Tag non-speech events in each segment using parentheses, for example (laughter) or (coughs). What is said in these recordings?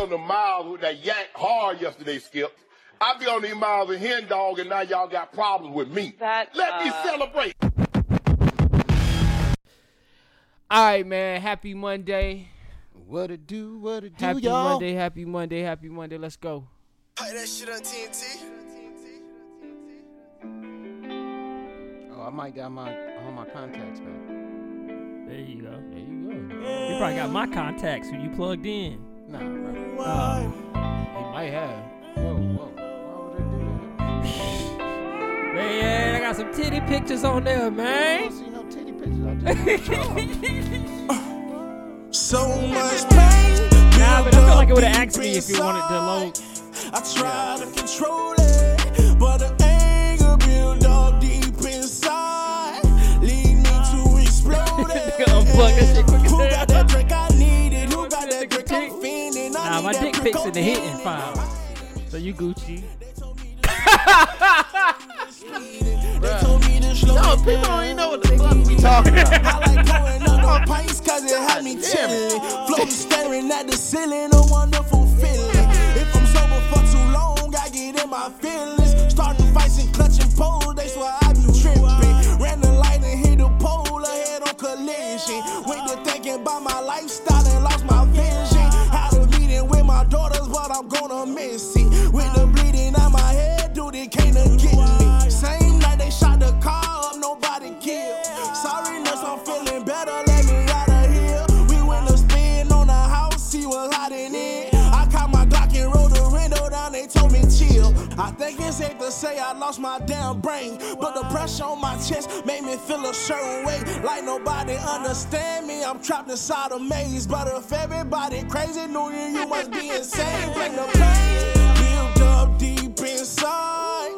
on the miles with that yank hard yesterday, Skip. I be on these miles of hen dog, and now y'all got problems with me. That, Let me uh, celebrate. All right, man. Happy Monday. What it do? What it do, Happy y'all? Monday. Happy Monday. Happy Monday. Let's go. Play that shit on TNT. Oh, I might got my all my contacts back. There you go. There you go. You probably got my contacts when you plugged in. Nah, bro. He might have. Whoa, whoa. Why would I do that? (laughs) Man, I got some titty pictures on there, I man. don't see no titty pictures. I just So much pain. Nah, but I feel like it would've asked me if you wanted to load. I try to control it, but the anger built up deep inside. Lead me to (laughs) explode it. Nigga, unplug that shit quick as Who hell. got that drink I needed? Who got that Nigga, drink I'm dick. fiending? I Nah, need my that dick drink pics in the I'm hitting fiending. file. So you Gucci. They told me to slow no, people don't even know what the fuck we talking about. I like going under pints cause it had me chilling. Floating staring at the ceiling, a wonderful feeling. If I'm sober for too long, I get in my feelings. Starting fights and clutching poles, that's why I be tripping. Ran the light and hit the pole, ahead on collision. Went to thinking about my lifestyle and lost my vision. Had a meeting with my daughters, but I'm gonna miss it. With the bleeding out my head, dude, it can't get me. Same night they shot the car up, nobody killed. Sorry, nurse, I'm feeling better. Let me out of here. We went to spin on the house, she was hiding in. I caught my Glock and rolled the window down. They told me chill. I think it's safe to say I lost my damn brain, but the pressure on my chest made me feel a certain way, like nobody understand me. I'm trapped inside a maze, but if everybody crazy knew you, you must be insane. Bring the pain built up deep inside.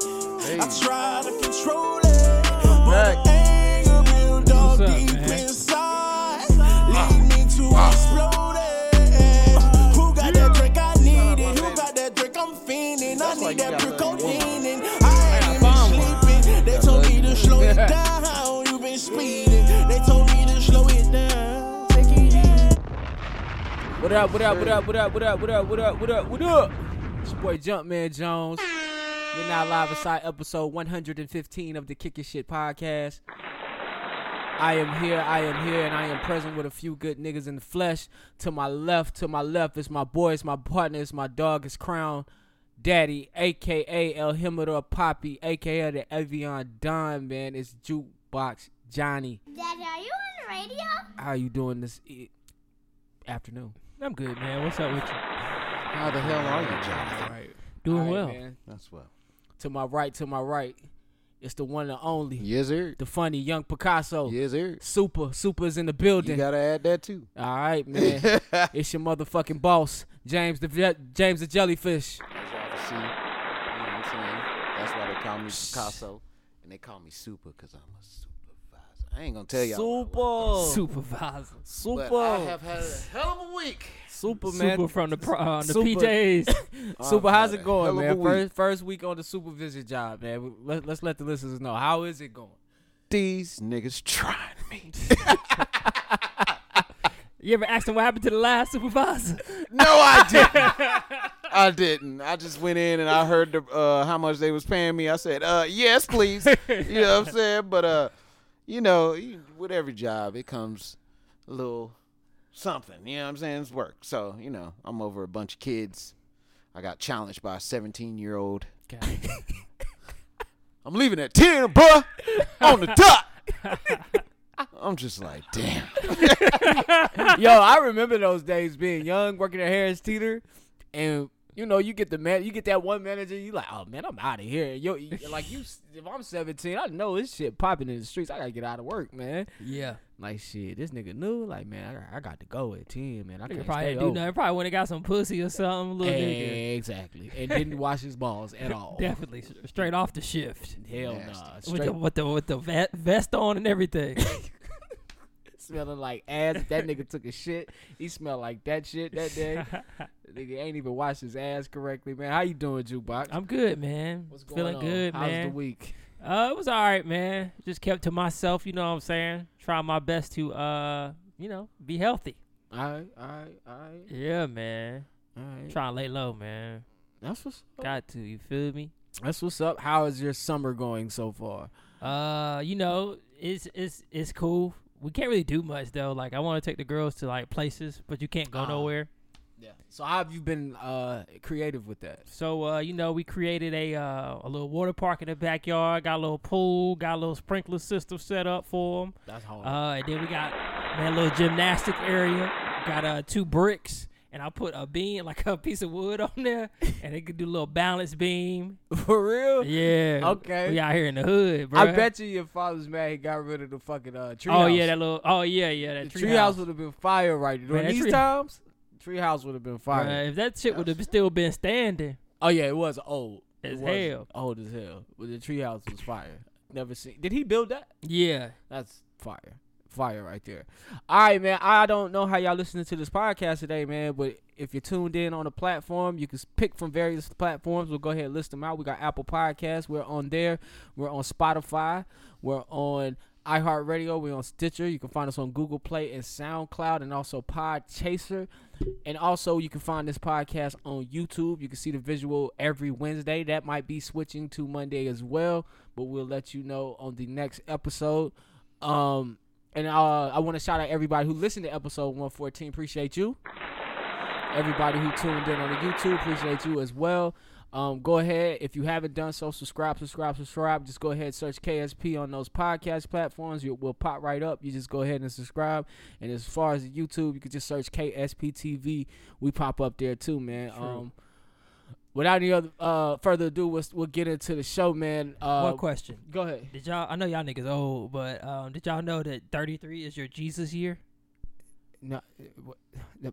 I try to control it, but the anger built up What's up, deep man? inside. Lead me to explode it. Who got that drink I needed? Who got that drink I'm fiending? I why need you got that that precodine. and I ain't even sleeping. They told me to slow (laughs) it down. You been speeding. They told me to slow it down. Take it easy. What up? What up? What up? What up? What up? What up? What up? What up? What up? It's your boy Jumpman Jones. You're now live inside episode 115 of the Kickin' Shit podcast. I am here. I am here, and I am present with a few good niggas in the flesh. To my left, to my left is my boy, it's my partner, it's my dog, it's Crown Daddy, aka El Himador Poppy, aka the Evian Don. Man, it's Jukebox Johnny. Daddy, are you on the radio? How you doing this e- afternoon? I'm good, man. What's up with you? How the hell are you, Jonathan? Doing All right, well. man. That's what. To my right, to my right, it's the one and only, Yes, sir. the funny young Picasso. Yes, sir. Super, super is in the You building. gotta add that too. All right, man. (laughs) it's your motherfucking boss, James the Je- James the Jellyfish. As y'all can see, you know what I'm saying? That's why they call me Picasso, and they call me Super because I'm a supervisor. I ain't gonna tell y'all. what I was, Super, Supervisor. super, But I have had a hell of a week. super, man. Super from the pro, uh, the Super. PJs. (laughs) Super, I've how's had it a hell going, of a man? week. First, first week on the supervision job, man. Let, let's let the listeners know how is it going. These niggas trying me. You ever asked him what happened to the last supervisor? no, I didn't. I didn't. I just went in and I heard the, uh, how much they was paying me. I said, uh, yes, please. you know what I'm saying? But uh, you know, you- with every job, it comes a little something. You know what I'm saying? It's work. So you know, I'm over a bunch of kids. I got challenged by a 17 year old. I'm leaving at 10, bruh, on the dot. I'm just like, damn. (laughs) Yo, I remember those days being young, working at Harris Teeter, and you know, you get the man, you get that one manager, you like, oh man, I'm out of here. Yo, you- like you, if I'm 17, I know this shit popping in the streets. I gotta get out of work, man. Yeah. Like shit, this nigga knew. Like man, I, I got to go at 10, man. I Nigga can't probably stay do over. nothing. Probably would have got some pussy or something, little nigga. Exactly, and didn't wash his balls at all. Definitely s- straight off the shift. Hell Nasty. nah, With the straight with the with the vet, vest on and everything. smelling like ass. If That nigga took a shit. He smelled like that shit that (laughs) day. nigga ain't even washed his ass correctly, man. How you doing, jukebox? I'm good, man. What's going Feeling on? good, How's man. the week? Uh, it was all right, man. Just kept to myself, you know what I'm saying? Try my best to uh, you know, be healthy. All right, all right, all right. Yeah, man. All right. Try to lay low, man. That's what's up. Got to. You feel me? That's what's up. How is your summer going so far? Uh, you know, it's it's it's cool. We can't really do much though. Like I want to take the girls to like places, but you can't go Ah. nowhere. Yeah. So how have you been uh creative with that? So uh, you know, we created a uh, a little water park in the backyard. Got a little pool. Got a little sprinkler system set up for them. That's hard. Uh, and then we got man a little gymnastic area. Got uh two bricks, and I put a beam (laughs) like a piece of wood on there, and they could do a little balance beam. (laughs) For real? Uh, Yeah. Okay. We out here in the hood, bro. I bet you your father's mad he got rid of the fucking uh tree Oh yeah, that little. Oh yeah, yeah, that the tree, tree house would have been fire right during that these tree- times. Tree house would have been fire. Bruh, if that shit would have still been standing, Oh yeah, it was old It As was hell. Old as hell. But the tree house was fire. Never seen. Did he build that? yeah. That's fire. Fire right there. All right, man. I don't know how y'all listening to this podcast today, man, but if you're tuned in on a platform, you can s- pick from various platforms. We'll go ahead and list them out. We got Apple Podcasts. We're on there. We're on Spotify. We're on iHeartRadio. We're on Stitcher. You can find us on Google Play and SoundCloud and also Podchaser. And also, you can find this podcast on YouTube. You can see the visual every Wednesday. That might be switching to Monday as well, but we'll let you know on the next episode. Um, and uh, I want to shout out everybody who listened to episode 114. Appreciate you. Everybody who tuned in on the YouTube, appreciate you as well. Um, go ahead if you haven't done so, subscribe, subscribe, subscribe. Just go ahead and search KSP on those podcast platforms. It will pop right up. You just go ahead and subscribe. And as far as YouTube, you can just search KSP TV. We pop up there too, man. Um, without any other uh, further ado, we'll, we'll get into the show, man. Uh, One question: Go ahead. Did y'all? I know y'all niggas old, but um, did y'all know that 33 is your Jesus year? No, what-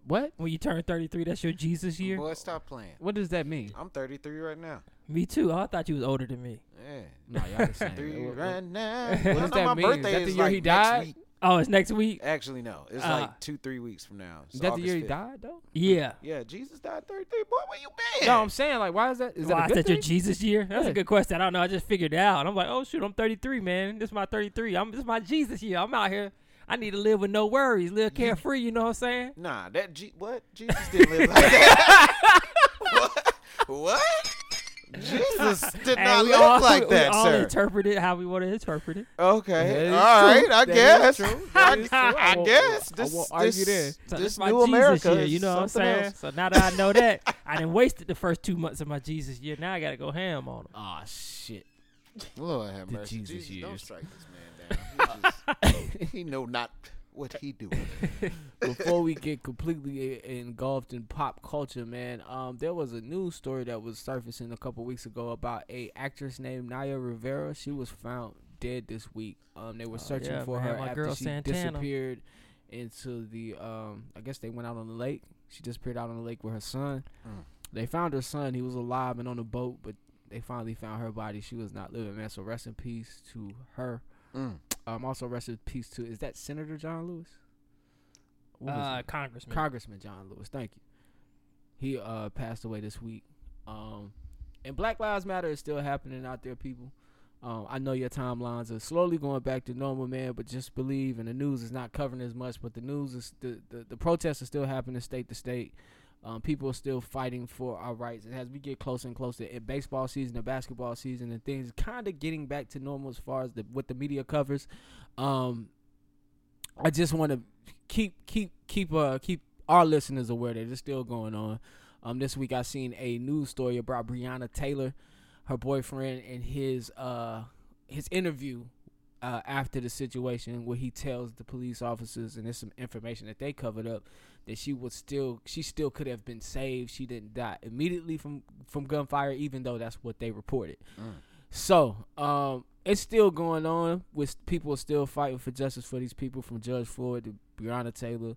what? When you turn 33, that's your Jesus year. Oh, Boy, stop playing. What does that (laughs) mean? I'm 33 right now. Me too. Oh, I thought you was older than me. Yeah. No, y'all the same. Three (laughs) What- right now. what Y'all does know that my mean? Is birthday that the is year like he next died? Uh, week. Oh, it's next week. Actually, no. It's Ah. like two, three weeks from now. It's Is that the August year he 5th. died though? Yeah. Yeah, Jesus died 33. Boy, where you been? No, I'm saying like, why is that? Is that Why a is good that Oh, thing? your Jesus year? That's Yeah. a good question. I don't know. I just figured it out. I'm like, oh shoot, I'm 33, man. This is my 33. I'm this is my Jesus year. I'm out here. I need to live with no worries, live carefree. You know what I'm saying? Nah, that G- what? Jesus didn't live like that. (laughs) what? What? (laughs) Jesus did Hey, not we live all- like (laughs) we that, all sir. interpret it how we want to interpret it. Okay. That is All true. right. I That is guess. true. That I, is true. I (laughs) I won't- guess. I This, won't argue this, So this that's my new Jesus America. year, is you know what I'm something saying? else. So now that I know that, I didn't wasted the first two months of my Jesus year. Now I gotta go ham on him. Ah shit. Lord have mercy. Jesus Jesus, don't years. strike this man down. He, just- (laughs) he know not what he doing. Before we get completely e- engulfed in pop culture, man, um, there was a news story that was surfacing a couple weeks ago about a actress named Naya Rivera. She was found dead this week. Um, they were searching Oh, yeah, for man, her my after girl she Santana. disappeared into the. Um, I guess they went out on the lake. She disappeared out on the lake with her son. Mm. They found her son. He was alive and on a boat, but they finally found her body. She was not living, man. So rest in peace to her. Mm. Um, also rest in peace to is that Senator John Lewis? What was Uh, it? Congressman. Congressman John Lewis. Thank you. He uh passed away this week. Um, and Black Lives Matter is still happening out there, people. Um, I know your timelines are slowly going back to normal, man. But just believe, and the news is not covering as much. But the news is the the, the protests are still happening state to state. Um, people are still fighting for our rights, and as we get closer and closer to baseball season, the basketball season, and things kind of getting back to normal as far as the, what the media covers. Um, I just want to keep keep keep uh keep our listeners aware that it's still going on. Um, this week I seen a news story about Breonna Taylor, her boyfriend, and his uh his interview uh, after the situation where he tells the police officers, and there's some information that they covered up that she was still she still could have been saved. She didn't die immediately from from gunfire, even though that's what they reported. So, um, it's still going on with people still fighting for justice for these people from Judge Floyd to Breonna Taylor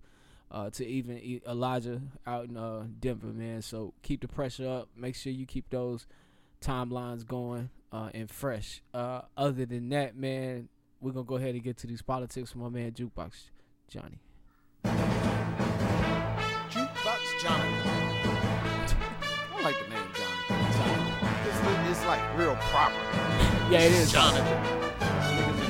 uh, to even E- Elijah out in uh, Denver, man. So keep the pressure up. Make sure you keep those timelines going uh, and fresh. Uh, other than that, man, we're going to go ahead and get to these politics with my man Jukebox Johnny. Jukebox Jonathan. I don't like the name Jonathan. It's, li- it's like real proper. Yeah, it is. Jonathan. This nigga's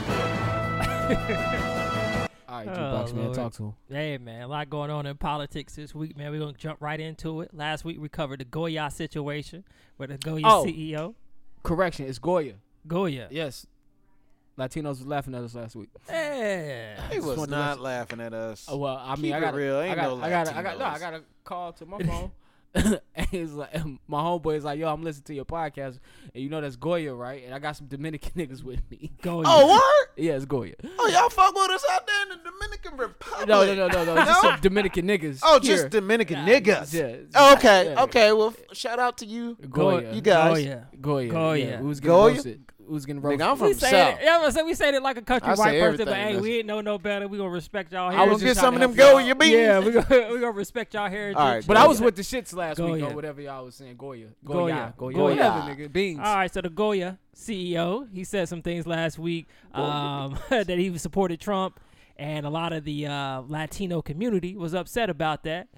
important. All right, Oh, jukebox man, Lord. talk to him. Hey man, a lot going on in politics this week, man. We're gonna jump right into it. Last week we covered the Goya situation with the Goya Oh. CEO. Correction, it's Goya. Goya. Yes, Latinos was laughing at us last week. Yeah. He was wanted to not laughing at us. Oh, well, I mean, Keep I it got real. Ain't I got, no I got, I got, no, Latinos. I got a call to my (laughs) phone. (laughs) and he's like, and my homeboy is like, yo, I'm listening to your podcast, and you know that's Goya, right? And I got some Dominican (laughs) niggas with me. Goya. Oh, what? (laughs) yeah, it's (laughs) Goya. Oh, y'all fuck with us out there in the Dominican Republic. No, no, no, no, no, just (laughs) some Dominican niggas. Oh, here. just Dominican niggas. yeah. Oh, okay, Yeah. okay. Well, f- shout out to you. Goya. You guys. Goya. Goya. Goya. Yeah, we was getting Goya? roasted. We was getting roasted. Nigga, I'm We from say South. it. Yeah, I'm gonna say we said it like a country I white say person, everything, but hey, that's- we didn't know no better. We gonna respect y'all. I Heritage. was Let's get just some of trying them to help Goya beans. yeah, we gonna, (laughs) we gonna respect y'all heritage. All right, But I was with the shits last week Goya. or whatever y'all was saying. Goya. Goya. Goya. Goya. Oh, Goya. Whatever, nigga. Beans. All right, so the Goya CEO, he said some things last week um, (laughs) that he supported Trump, and a lot of the uh, Latino community was upset about that.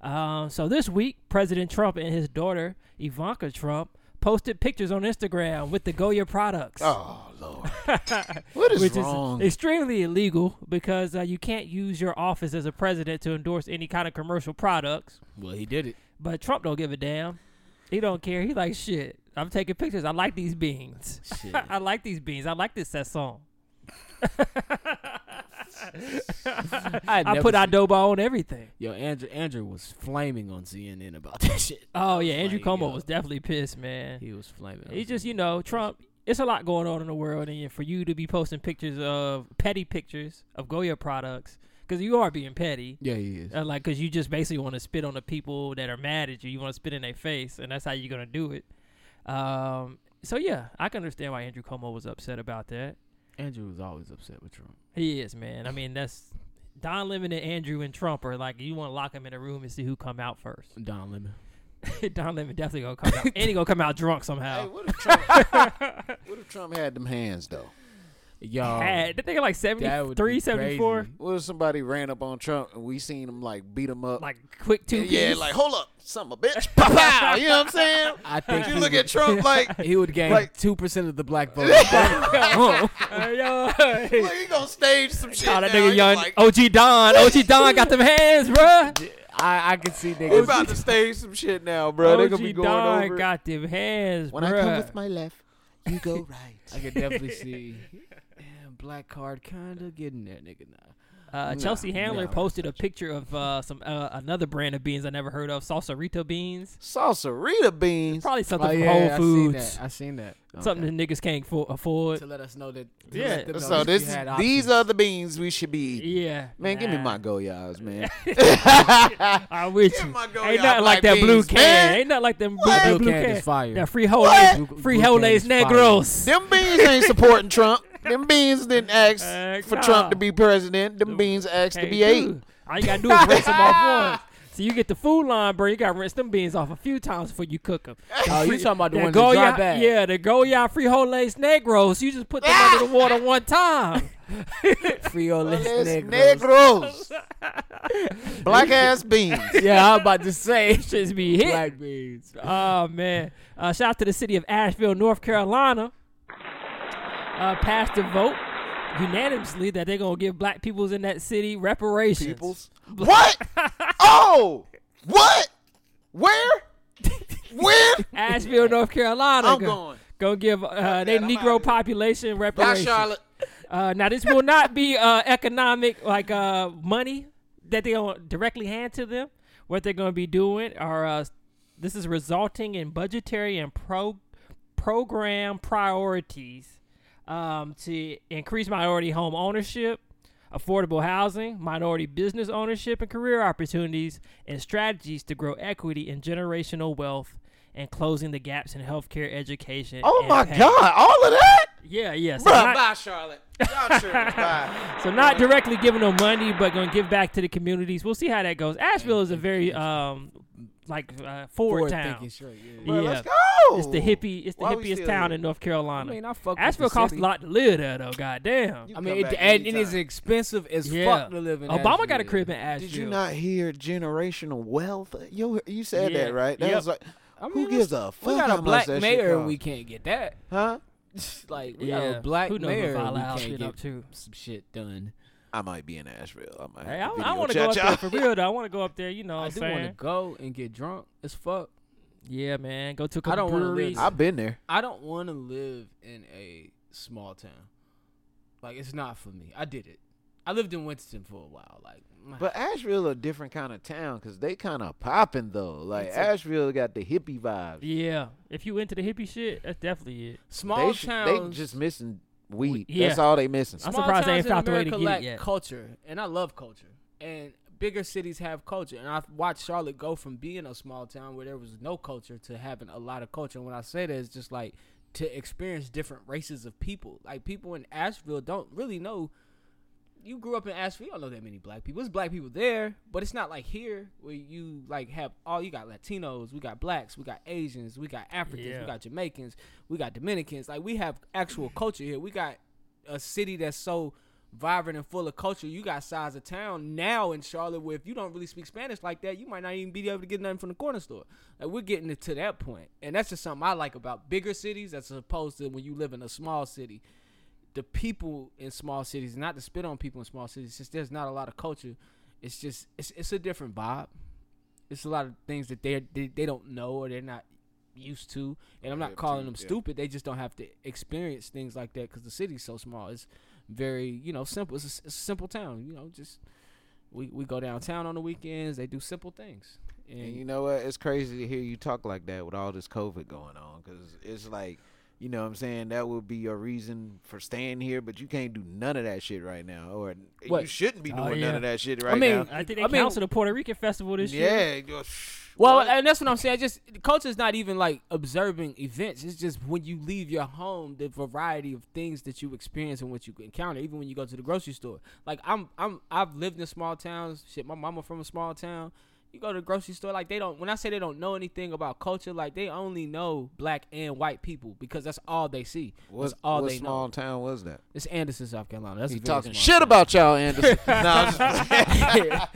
Um, so this week, President Trump and his daughter Ivanka Trump posted pictures on Instagram with the Goya products, Oh Lord, what is (laughs) which wrong? is extremely illegal because uh, you can't use your office as a president to endorse any kind of commercial products. Well, he did it. But Trump don't give a damn. He don't care. He like shit. I'm taking pictures. I like these beans. (laughs) I like these beans. I like this sasson. (laughs) I, I put adobo on everything. (laughs) Yo, Andrew Andrew was flaming on CNN about that (laughs) shit. Oh yeah, Andrew Like, Cuomo yo. was definitely pissed, man. He was flaming. He just, you know, Trump. It's a lot going on in the world, and for you to be posting pictures of petty pictures of Goya products, because you are being petty. yeah, he is. Uh, like, cause you just basically want to spit on the people that are mad at you. You want to spit in their face, and that's how you're gonna do it. Um, so yeah, I can understand why Andrew Cuomo was upset about that. Andrew was always upset with Trump. He is, man. I mean, that's Don Lemon and Andrew and Trump are like you want to lock them in a room and see who come out (laughs) first. (laughs) Don Lemon. Don Lemon definitely gonna come out, and he gonna come out drunk somehow. hey, (laughs) what if, Trump, (laughs) what if Trump had them hands though? Yo, Had- that nigga like that would 73, be 74. crazy. What if somebody ran up on Trump and we seen him like beat him up? like quick two. yeah, piece. (laughs) like hold up, son of a bitch, (laughs) pow, pow. You know what I'm saying? I think you he look would- at Trump (laughs) like he would gain Like- two percent of the (laughs) black vote. That Uh, yo, (laughs) look, he gonna stage some shit. Call that now. nigga He young like, OG (laughs) Don. OG Don got them hands, bruh. I I could see we niggas. about to stage some shit now, bro. They OG gonna be going Don over. got them hands, when bruh. I come with my left, you go right. (laughs) I could definitely see yeah, black card kinda getting there, nigga. Nah. uh, Chelsea Handler no, posted a picture of uh, some uh, another brand of beans I never heard of, Salsarito beans. Oh, Salsarita beans. Probably something Oh, from yeah, Whole I seen Foods. that. I seen that. Something Okay. that niggas can't fo- afford. to let us know that. to Yeah. let them know So that this you is, had these options. are the beans we should be eating. Yeah. Man, give me nah. my Goyas, (laughs) man. I with Give you. me my Goya Ain't nothing like black that blue beans, can. man. Ain't nothing like them blue, What? blue, Blue can can. is fire. That Blue- frijoles, blue frijoles can is fire. negros. Them beans ain't supporting Trump. Them beans didn't ask (laughs) Heck for no. Trump to be president. Them beans asked to Can't be eight. do. All you gotta do is rinse them (laughs) off once. So you get the food line, bro. You gotta rinse them beans off a few times before you (laughs) cook them. Oh, you talking about the That ones that Goya- dry bag? yeah, the Goya frijoles negros. You just put them under the water (laughs) one time. Frijoles It's negros. negros. (laughs) Black ass beans. Yeah, I'm about to say Shit's be hit. black beans. Oh man! Uh, shout out to the city of Asheville, North Carolina. Uh, passed a vote unanimously that they're gonna give black peoples in that city reparations. Peoples. (laughs) What? Oh, what? Where? When? Asheville, North Carolina. I'm go- going. Gonna give uh, their that, I'm Negro outta here. population Bye, reparations. Charlotte. Uh, now this will not be uh, economic like uh, money that they don't directly hand to them. What they're going to be doing are uh, this is resulting in budgetary and pro program priorities um, to increase minority home ownership, affordable housing, minority business ownership and career opportunities, and strategies to grow equity and generational wealth. And closing the gaps in healthcare, education. Oh and my pay. God! All of (laughs) that? Yeah, yeah. So Bruh, not- bye, Charlotte. Y'all tripping. Bye. so not directly giving them money, but going to give back to the communities. We'll see how that goes. Asheville is a very um like uh, forward town. thinking straight. Yeah. Bruh, yeah. Let's go. It's the hippie. It's the Why we hippiest still town here? in North Carolina. I mean, I fuck with Asheville the costs city. a lot to live there, though. Goddamn. You I can mean, come it, back and it is anytime. expensive as yeah. fuck to live in. Obama got a Asheville. crib in Asheville. Did you not hear generational wealth? You you said Yeah. that right? That Yep. was like, I mean, who that's- gives a fuck? We how got a much black that shit mayor and cost? we can't get that. (laughs) huh? Like we Yeah. got a black Who knows mayor what and we Vile House can't been get up to? some shit done. I might be in Asheville. I might. Hey, I, have a I video want to go up chat, there y'all. for real though. I want to go up there. You know, what I I'm do want to saying, go and get drunk as fuck. yeah, man, go to a couple don't wanna live breweries. there. (laughs) I've been there. I don't want to live in a small town. Like it's not for me. I did it. I lived in Winston for a while. Like, my- But Asheville a different kind of town because they kind of popping though. Like It's a- Asheville got the hippie vibes. yeah, if you into the hippie shit, that's definitely it. small they, sh- towns. they just missing weed. Yeah. That's all they missing. I'm small surprised they towns ain't in found a way to America get it lack yet. Culture, and I love culture. And bigger cities have culture, and I've watched Charlotte go from being a small town where there was no culture to having a lot of culture. And when I say that, it's just like to experience different races of people. Like people in Asheville don't really know. You grew up in Asheville, you don't know that many black people. There's black people there, but it's not like here where you like have all you got Latinos, we got blacks, we got Asians, we got Africans, Yeah. we got Jamaicans, we got Dominicans. Like we have actual culture here. We got a city that's so vibrant and full of culture. You got size of town now in Charlotte where if you don't really speak Spanish like that, you might not even be able to get nothing from the corner store. Like we're getting it to that point, and that's just something I like about bigger cities as opposed to when you live in a small city. The people in small cities, not to spit on people in small cities, since there's not a lot of culture, it's just it's it's a different vibe. It's a lot of things that they they, they don't know or they're not used to, and I'm not calling them stupid. They just don't have to experience things like that because the city's so small. It's very you know simple. It's a, s- a simple town. You know, just we we go downtown on the weekends. They do simple things. And And you know what? It's crazy to hear you talk like that with all this COVID going on because it's like, you know what I'm saying? That would be your reason for staying here, but you can't do none of that shit right now. Or you What? shouldn't be doing Oh, none yeah. of that shit right mean, now. I think they I mean- canceled the Puerto Rican festival this year. Yeah. you're- Well, what? and that's what I'm saying. Just culture is not even like observing events. It's just when you leave your home, the variety of things that you experience and what you encounter. Even when you go to the grocery store, like I'm, I'm, I've lived in small towns. Shit, my mama from a small town. You go to the grocery store, like they don't. When I say they don't know anything about culture, like they only know black and white people because that's all they see. what, that's all what they small know. town was (laughs) that? It's Anderson, South Carolina. That's a You very talking small shit town. about y'all, Anderson. no, I'm just-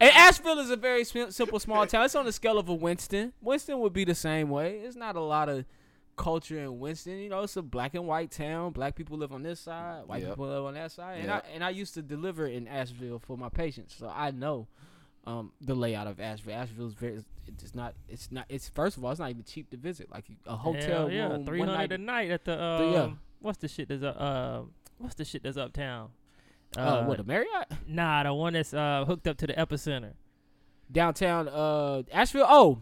And Asheville is a very sim- simple small town. It's on the scale of a Winston. Winston would be the same way. It's not a lot of culture in Winston. You know, it's a black and white town. Black people live on this side, white Yep. people live on that side. And Yep. I and I used to deliver in Asheville for my patients, so I know um, the layout of Asheville. Asheville's very it's not it's not it's first of all it's not even cheap to visit. Like a hotel Hell yeah, room, three one hundred night. a night at the um, Three- yeah. what's the shit that's up uh, what's the shit that's uptown? Uh, uh, what a Marriott nah, the one that's uh, hooked up to the epicenter. downtown uh, Asheville. Oh,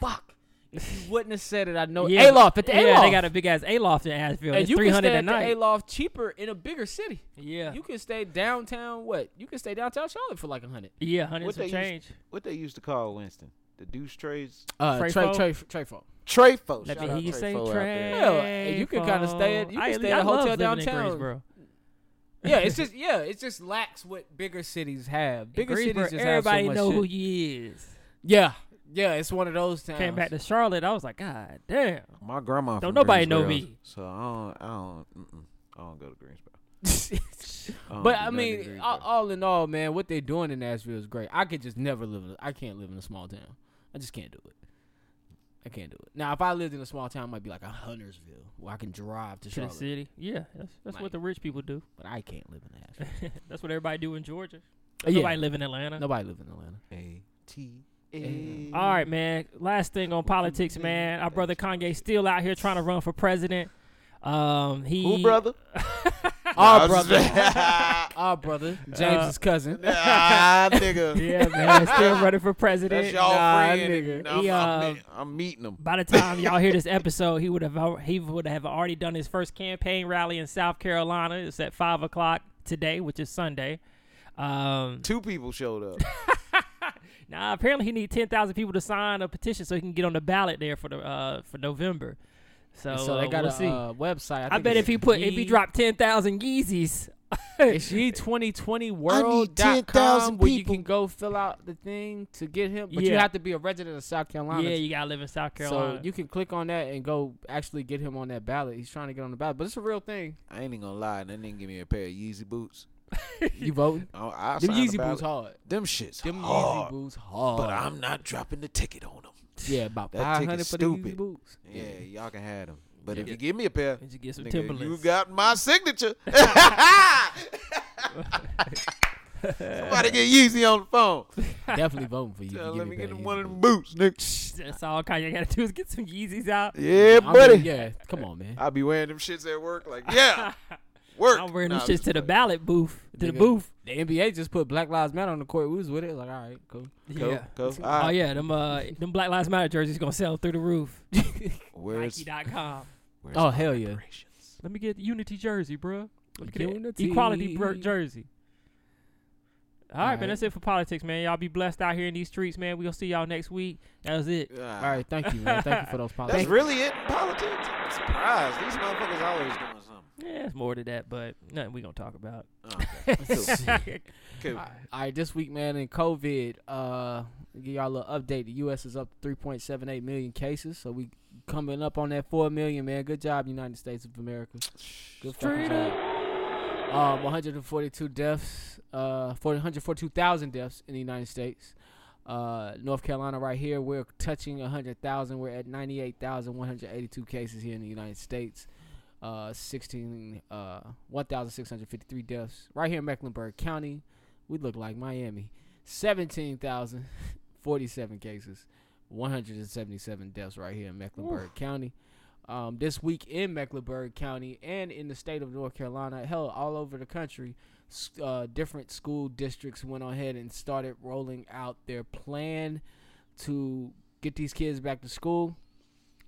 fuck! If you wouldn't have said it, I know Yeah, Aloft at the yeah, Aloft. they got a big ass Aloft in Asheville. and it's you three can hundred stay a at the night. Aloft cheaper in a bigger city. yeah, You can stay downtown. What? You can stay downtown Charlotte for like a hundred. yeah, hundred What some they change. what they used to call Winston? The douche trades? Uh, Trey Trey, Folk? Trey, Trey folk. Trey folks. Let Shout me out hear you Trey say folk out there. Trey. Yeah, and you can kinda stay at- you I- can stay I at a love hotel living in downtown. Greensboro. Yeah, (laughs) it's just yeah, it just lacks what bigger cities have. Bigger cities Greensboro, just everybody have so much know shit. who you is. yeah, yeah, it's one of those towns. Came back to Charlotte, I was like, God (laughs) damn. My grandma. Don't from nobody know Greensboro, me. So I don't. I don't. Mm-mm, I don't go to Greensboro. don't but do I nothing uh, in mean, Greensboro. all, all in all, man, what they're doing in Nashville is great. I could just never live. In a, I can't live in a small town. I just can't do it. I can't do it. Now, if I lived in a small town, it might be like a Huntersville, where I can drive to To the Charlotte, city. Yeah, that's, that's what Like- the rich people do. but I can't live in (laughs) Nashville. that's what everybody do in Georgia. Uh, yeah. Nobody live in Atlanta. Nobody live in (laughs) Atlanta. A T A. All right, man. Last thing on politics, man. Our brother Kanye still out here trying to run for president. Um, he Who brother? Our I'm just- Uh, brother, (laughs) our brother, James's cousin. (laughs) ah, (laughs) nigga. (laughs) Yeah, man, still running for president. That's y'all Nah, friend. nigga. and I'm, He, I'm uh, meet- I'm meeting him. By the time y'all hear this episode, he would have al- he would have already done his first campaign rally in South Carolina. It's at five o'clock today, which is Sunday. Um, Two people showed up. Now, apparently, he need ten thousand people to sign a petition so he can get on the ballot there for the uh, for November. So, So they uh, got we'll a see. uh, website. I, I think bet it's if he put if he Ye- dropped ten thousand Yeezys, (laughs) it's ye 2020 world dot 10,000 com where you people. can go fill out the thing to get him, but you Yeah. have to be a resident of South Carolina. yeah, you gotta live in South Carolina. So you can click on that and go actually get him on that ballot. He's trying to get on the ballot, but it's a real (laughs) thing. I ain't even gonna lie. That nigga give me a pair of Yeezy boots. You voting? I, I them signed the Yeezy ballot. boots hard. Them shits Them Yeezy hard. boots hard. But I'm not dropping the ticket on them. yeah, about That five hundred ticket's for the Yeezy stupid. boots. Yeah, y'all can have them. But if you give me a pair, Did you get some nigga, you (laughs) Timberlands? got my signature. Somebody get Yeezy on the (laughs) phone. (laughs) Definitely voting for you. Yeah, to let me it get back. him one of them boots, nigga. (laughs) That's all Kanye got to do is get some (laughs) Yeezys out. Yeah, I mean, buddy. yeah, come on, man. I be wearing them shits at work. Like, yeah, work. I'm wearing them Nah, shits to the ballot booth. To the Nigga, booth. The NBA just put Black Lives Matter on the court. We was with it. Like, all right, cool. Go, Yeah. go. Oh Ah, yeah, them uh, them Black Lives Matter jerseys gonna sell through the roof. (laughs) Where's Nike.com. where's Oh hell yeah. Let me get the Unity jersey, bruh. Let me get Unity. Unity. equality br- jersey. All right, Alright. man. That's it for politics, man. Y'all be blessed out here in these streets, man. We'll see y'all next week. That was it. Ah, All right, thank you, man. Thank you (laughs) for those That's politics. really it in politics. I'm surprised. These motherfuckers always doing something. Yeah, it's more to that, but nothing we gonna talk about. (laughs) Oh, okay. cool. cool. All right, this week, man, in COVID, uh, give y'all a little update. The U.S. is up 3.78 million cases, so we coming up on that four million, man. Good job, United States of America. Good fucking Straight job. up. Um, 142 deaths, uh, 4- 142,000 deaths in the United States. Uh, North Carolina, right here, we're touching 100,000. We're at 98,182 cases here in the United States. Uh, 16, uh, 1,653 deaths. Right here in Mecklenburg County, we look like Miami. 17,047 cases, 177 deaths right here in Mecklenburg County um, this week in Mecklenburg County and in the state of North Carolina, hell, all over the country, s- uh, different school districts went ahead and started rolling out their plan to get these kids back to school.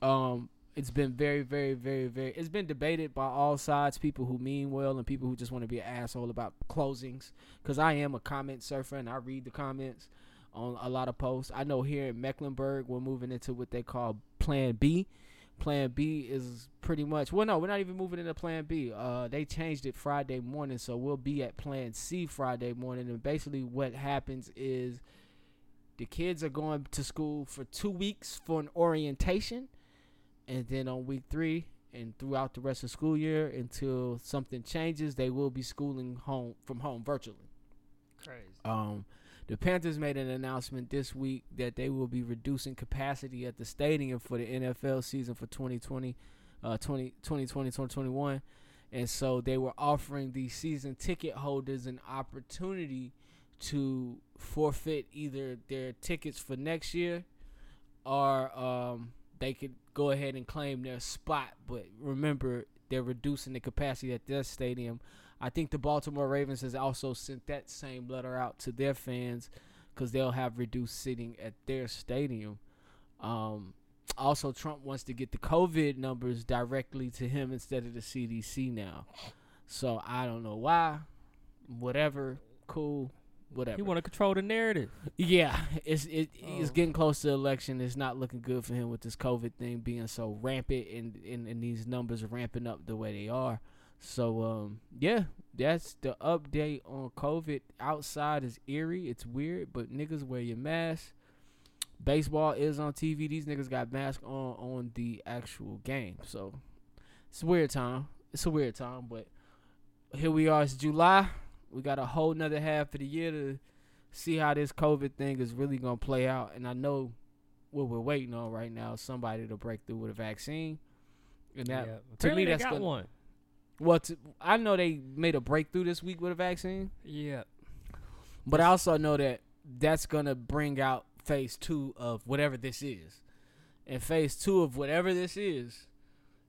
Um, it's been very, very, very, very. It's been debated by all sides, people who mean well and people who just want to be an asshole about closings. Because I am a comment surfer and I read the comments on a lot of posts. I know here in Mecklenburg, we're moving into what they call Plan B. Plan B is pretty much well, no, we're not even moving into Plan B. Uh, they changed it Friday morning, so we'll be at Plan C Friday morning. And basically, what happens is the kids are going to school for two weeks for an orientation, and then on week three and throughout the rest of school year until something changes, they will be schooling home from home virtually. Crazy. Um, the Panthers made an announcement this week that they will be reducing capacity at the stadium for the NFL season for 2020, uh, 20, 2020, 2021. And so they were offering the season ticket holders an opportunity to forfeit either their tickets for next year or um, they could go ahead and claim their spot. But remember, they're reducing the capacity at their stadium. I think the Baltimore Ravens has also sent that same letter out to their fans because they'll have reduced sitting at their stadium. Um, also, Trump wants to get the COVID numbers directly to him instead of the CDC now. So I don't know why. Whatever. Cool. Whatever. You want to control the narrative. Yeah, it's it, it's getting close to election. It's not looking good for him with this COVID thing being so rampant and, and, and these numbers ramping up the way they are. So um yeah, that's the update on COVID. Outside is eerie, it's weird, but niggas wear your mask. Baseball is on TV. These niggas got masks on on the actual game. So it's a weird time. It's a weird time, but here we are. It's July. We got a whole nother half of the year to see how this COVID thing is really gonna play out. And I know what we're waiting on right now is somebody to break through with a vaccine. And that to Apparently me they that's got gonna, one. well, to, I know they made a breakthrough this week with a vaccine, Yeah. but I also know that that's gonna bring out phase two of whatever this is, and phase two of whatever this is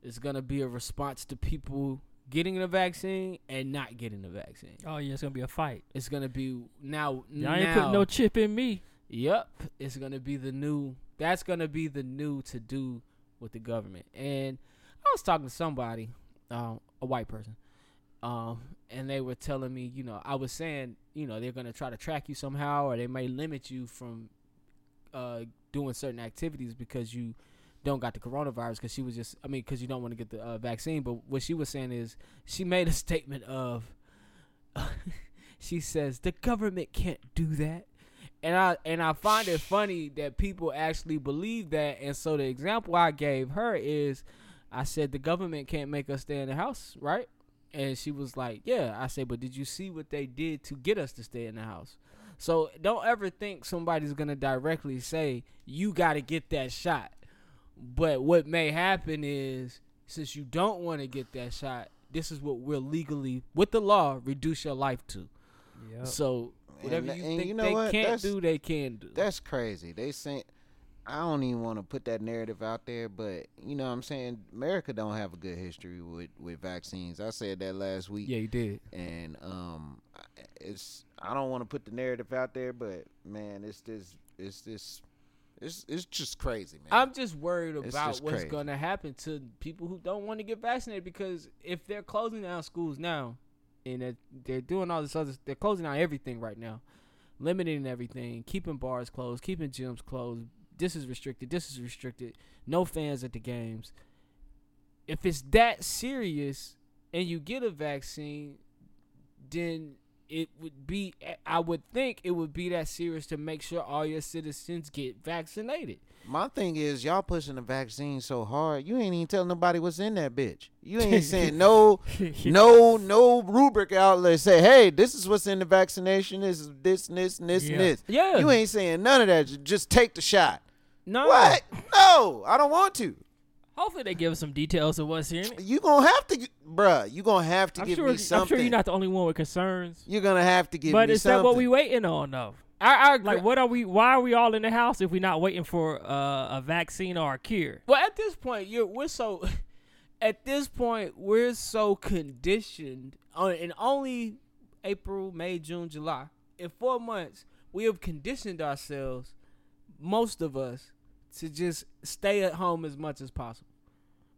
is gonna be a response to people getting the vaccine and not getting the vaccine. Oh yeah, it's gonna be a fight. It's gonna be now. Y'all now ain't putting no chip in me. Yep, it's gonna be the new. That's gonna be the new to do with the government. And I was talking to somebody, um, a white person, um, and they were telling me, you know, I was saying, you know, they're gonna try to track you somehow, or they may limit you from uh, doing certain activities because you don't got the coronavirus. Because she was just, I mean, because you don't want to get the uh, vaccine. But what she was saying is, she made a (laughs) statement of. (laughs) she says the government can't do that and I and I find it funny that people actually believe that. And so the example I gave her is, I said the government can't make us stay in the house, right? And she was like, "Yeah." I said, "But did you see what they did to get us to stay in the house?" So don't ever think somebody's gonna directly say you got to get that shot. But what may happen is, since you don't want to get that shot, this is what we're legally with the law reduce your life to. So whatever And- you and think you know they what? can't That's- do, they can do. That's crazy. They sent. I don't even want to put that narrative out there, but you know what I'm saying America don't have a good history with with vaccines. I said that last week. yeah, you did. And um, I- it's I don't want to put the narrative out there, but man, it's this, it's this, it's it's just crazy, man. I'm just worried It's about just what's crazy. going to happen to people who don't want to get vaccinated because if they're closing down schools now and they're, they're doing all this other, they're closing down everything right now, limiting everything, keeping bars closed, keeping gyms closed. This is restricted. This is restricted. No fans at the games. If it's that serious and you get a vaccine, then it would be, I would think it would be that serious to make sure all your citizens get vaccinated. My thing is, y'all pushing the vaccine so hard, you ain't even telling nobody what's in that bitch. You ain't saying (laughs) no, no, no rubric outlet say, hey, this is what's in the vaccination. This is this, and this, and this, Yeah. and this. Yeah. You ain't saying none of that. Ju- Just take the shot. No. What? No, I don't want to. Hopefully they give us some details of what's in it. You gonna have to, g- bruh. You gonna have to I'm give sure, me something. I'm sure you're not the only one with concerns. You're gonna have to give But me is something. that what we waiting on though? I, I agree. Like, what are we? Why are we all in the house if we're not waiting for uh, a vaccine or a cure? well, at this point, you're we're so. (laughs) At this point, we're so conditioned on in only April, May, June, July. In four months, we have conditioned ourselves, most of us, to just stay at home as much as possible,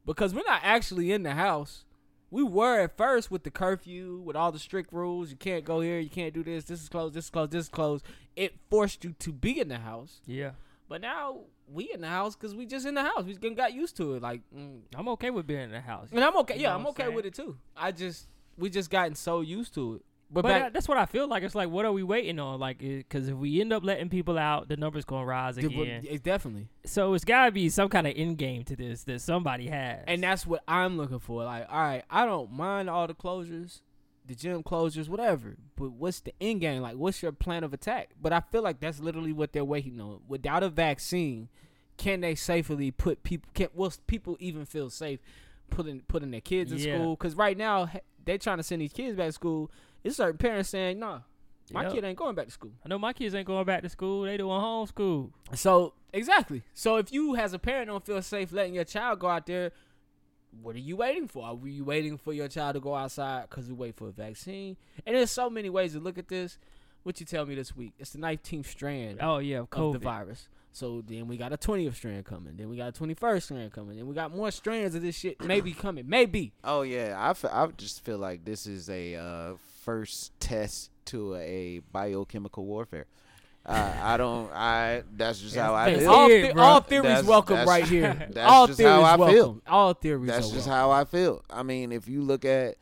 because we're not actually in the house. We were at first with the curfew, with all the strict rules. You can't go here. You can't do this. This is closed. This is closed. This is closed. It forced you to be in the house. Yeah, But now we in the house because we just in the house. We just got used to it. Like, mm. I'm okay with being in the house. and I'm okay. You yeah, know I'm what okay saying? with it too. I just we just gotten so used to it. But, But back, uh, that's what I feel like. It's like, what are we waiting on? Like, because if we end up letting people out, the numbers gonna rise the- but again. it's definitely, So it's gotta be some kind of end game to this that somebody has. and that's what I'm looking for. Like, all right, I don't mind all the closures, the gym closures, whatever. But what's the end game? Like, what's your plan of attack? But I feel like that's literally what they're waiting on. Without a vaccine, can they safely put people? Can will people even feel safe putting putting their kids in Yeah. school? Because right now he- they trying to send these kids back to school. It's certain parents saying, "Nah, my Yep. kid ain't going back to school." I know my kids ain't going back to school. They doing homeschool. So exactly. So if you as a parent don't feel safe letting your child go out there, what are you waiting for? Are you waiting for your child to go outside because we wait for a vaccine? And there's so many ways to look at this. What you tell me this week? It's the 19th strand Oh yeah, of of the COVID. virus. So then we got a 20th strand coming. Then we got a 21st strand coming. Then we got more strands of this shit maybe coming. Maybe. Oh yeah, I, fe- I just feel like this is a uh, first test to a biochemical warfare. Uh, I don't. I that's just how I It's feel. all, weird, the- bro. all theories That's- welcome that's- right here. (laughs) that's all just how theories I feel. welcome. All theories That's are just welcome. how I feel. I mean, if you look at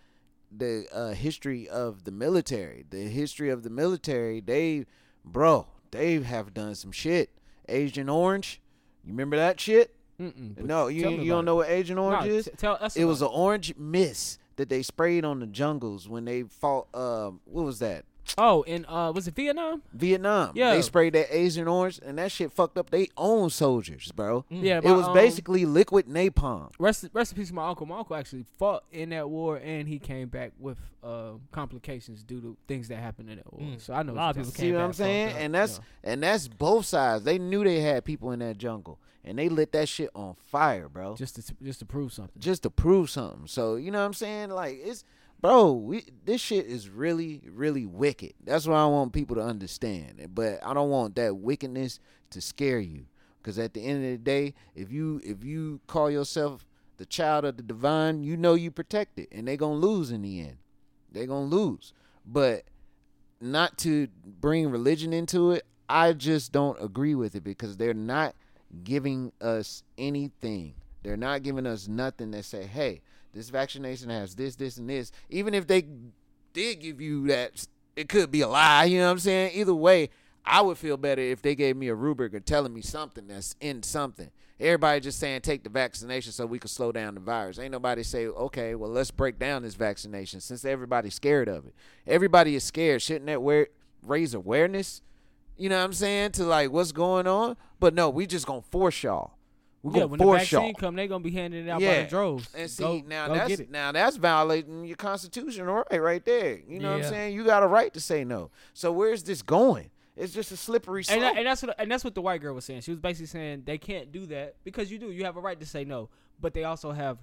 the uh, history of the military, the history of the military, they, bro, they have done some shit. Agent Orange, you remember that shit? Mm-mm, but No, you tell me you don't about know what Agent it. Orange No, is? t- tell us it was an about orange mist that they sprayed on the jungles when they fought. Um, what was that? it. Oh, and uh, was it Vietnam? Vietnam. Yeah. They sprayed that Asian orange, and that shit fucked up they own soldiers, bro. Yeah, my, it was um, basically liquid napalm. Rest, rest in peace, to my uncle. My uncle actually fought in that war, and he came back with uh, complications due to things that happened in that war. Mm. So I know A what lot you're of talking people See what I'm back, fucked saying? up, And that's and that's both sides. They knew they had people in that jungle, and they lit that shit on fire, bro. about. just to just to prove something. just to prove something. So you know what I'm saying? Like it's bro, we this shit is really, really wicked. That's what I want people to understand. But I don't want that wickedness to scare you. Cause at the end of the day, if you if you call yourself the child of the divine, you know you protected. And they gonna lose in the end. they gonna lose. But not to bring religion into it, I just don't agree with it because they're not giving us anything. They're not giving us nothing that say, hey, this vaccination has this, this, and this. Even if they did give you that, it could be a lie. You know what I'm saying? Either way, I would feel better if they gave me a rubric or telling me something that's in something. Everybody just saying take the vaccination so we can slow down the virus. Ain't nobody say, okay, well let's break down this vaccination since everybody's scared of it. Everybody is scared. Shouldn't that wear, raise awareness? You know what I'm saying? To like what's going on? But no, we just gonna force y'all. We're yeah, gonna when the force vaccine y'all. come, they gonna be handing it out by yeah. the droves. And see, Go- now go get that's it. now that's violating your constitutional right right there. You know what Yeah. I'm saying? You got a right to say no. So where's this going? It's just a slippery slope. And, that- and that's what and that's what the white girl was saying. She was basically saying they can't do that because you do. You have a right to say no, but they also have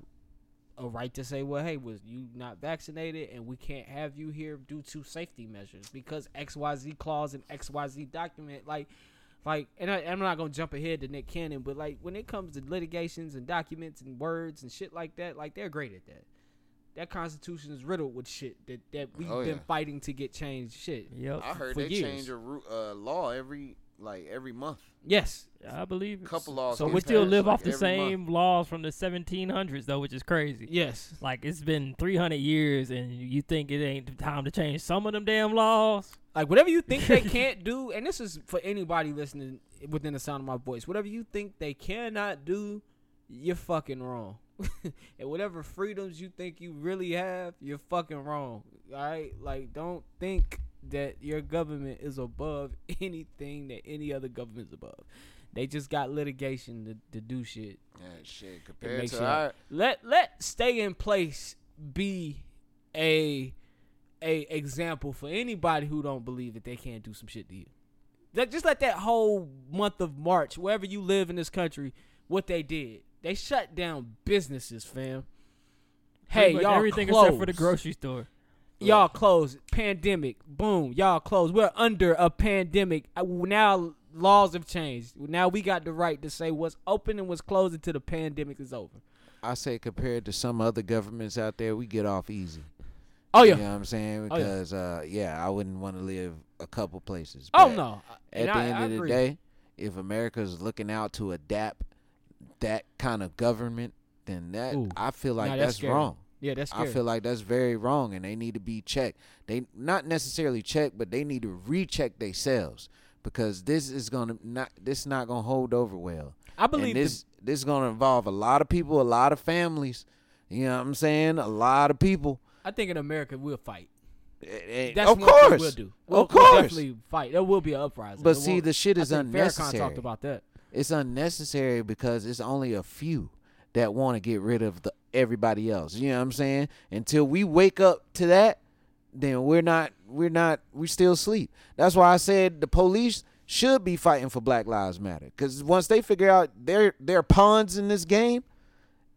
a right to say, "Well, hey, was you not vaccinated, and we can't have you here due to safety measures because X Y Z clause and X Y Z document." Like, like, and I, I'm not gonna jump ahead to Nick Cannon, but like when it comes to litigations and documents and words and shit like that, like they're great at that. That Constitution is riddled with shit that that we've Oh, been yeah. fighting to get changed. Shit. Yep. I heard for they years. change a ru- uh, law every like every month. Yes. I believe it. Couple laws So get we still passed, live like, off the every month. same laws from the 1700s though, which is crazy. Yes. Like it's been 300 years, and you think it ain't time to change some of them damn laws? Like whatever you think they can't do, and this is for anybody listening within the sound of my voice. Whatever you think they cannot do, you're fucking wrong. (laughs) and whatever freedoms you think you really have, you're fucking wrong. All right, like don't think that your government is above (laughs) anything that any other government's above. They just got litigation to, to do shit. Yeah, shit. It Compared makes to sense. our, let let stay in place be a a example for anybody who don't believe that they can't do some shit to you. Let, just let that whole month of March, wherever you live in this country, what they did. They shut down businesses, fam. Hey, Pretty much y'all everything closed. except for the grocery store. Y'all closed. Pandemic. Boom. Y'all closed. We're under a pandemic. Uh, Now laws have changed. Now we got the right to say what's open and what's closed until the pandemic is over. I say compared to some other governments out there, we get off easy. Oh You know what I'm saying? Oh, yeah. Because uh, yeah, I wouldn't want to live a couple places. Oh But no! At And the I- end I of the agree. day, if America's looking out to adapt that kind of government, then that Ooh. I feel like Nah, that's, scary. wrong. Yeah, that's I scary. feel like that's very wrong, and they need to be checked. They not necessarily checked, but they need to recheck themselves because this is gonna not this not gonna hold over well. I believe And the- this this is gonna involve a lot of people, a lot of families. You know what I'm saying? A lot of people. I think in America we'll fight. Eh, eh, That's of one thing course, we'll do. We'll, of course. we'll definitely fight. There will be an uprising. But There see, will- the shit I is think Farrakhan unnecessary. talked about that. it's unnecessary because it's only a few that want to get rid of the everybody else. You know what I'm saying? Until we wake up to that, then we're not we're not we still asleep. That's why I said the police should be fighting for Black Lives Matter cuz once they figure out they're they're pawns in this game,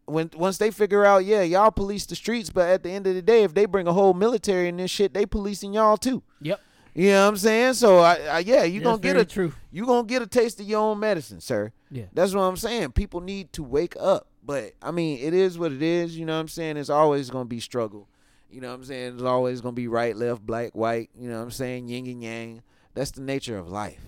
when once they figure out, yeah, y'all police the streets, but at the end of the day, if they bring a whole military in this shit, they policing y'all too. Yep. You know what I'm saying? So I, I yeah, you That's gonna get very a true. you gonna get a taste of your own medicine, sir. Yeah. that's what I'm saying. People need to wake up. But I mean, it is what it is. You know what I'm saying? It's always gonna be struggle. You know what I'm saying? It's always gonna be right, left, black, white. You know what I'm saying? Yin and yang. That's the nature of life.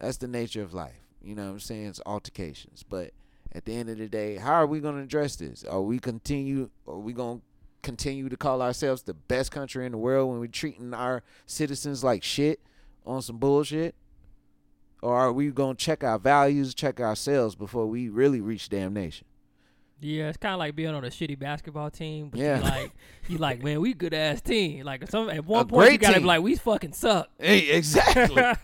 That's the nature of life. You know what I'm saying? It's altercations. But at the end of the day, how are we gonna address this? Are we continue? Are we gonna continue to call ourselves the best country in the world when we're treating our citizens like shit on some bullshit? Or are we gonna check our values, check ourselves before we really reach damnation? Yeah, it's kind of like being on a shitty basketball team. But Yeah. you like you like, man, we good ass team. Like some at one A point you great gotta team. be like, we fucking suck. Hey, exactly. (laughs)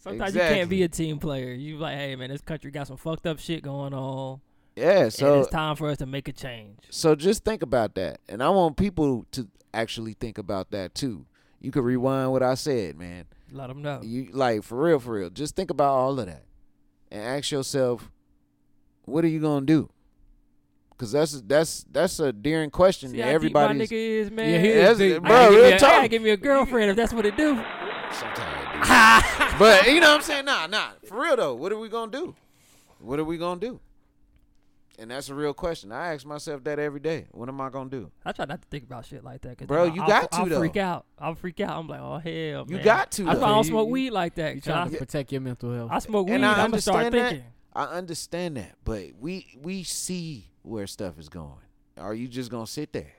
Sometimes you can't Exactly. be a team player. You like, hey man, this country got some fucked up shit going on, (laughs) yeah, and so it's time for us to make a change. So just think about that. And I want people to actually think about that too. You could rewind what I said, man. Let them know. You like for real, for real. Just think about all of that. And ask yourself, what are you gonna do? Cause that's that's that's a daring question See that how deep my everybody's nigga is, man. Yeah, he is. That's- deep. I bro, gotta give me real a- I talk. gotta give me a girlfriend if that's what it do. Sometimes I do. but you know what I'm saying? Nah, nah. For real though, what are we gonna do? What are we gonna do? And that's a real question. I ask myself that every day. What am I gonna do? I try not to think about shit like that. 'cause Bro, then you I'll, got I'll, to, I'll freak though. out. I'll freak out. I'm like, oh hell, You man. got to. That's though. why I don't You- smoke you- weed like that. You 'cause I, trying to protect your mental health? I smoke weed. and I I'm gonna start understand that. thinking. I understand that, but we we see where stuff is going. Are you just gonna sit there?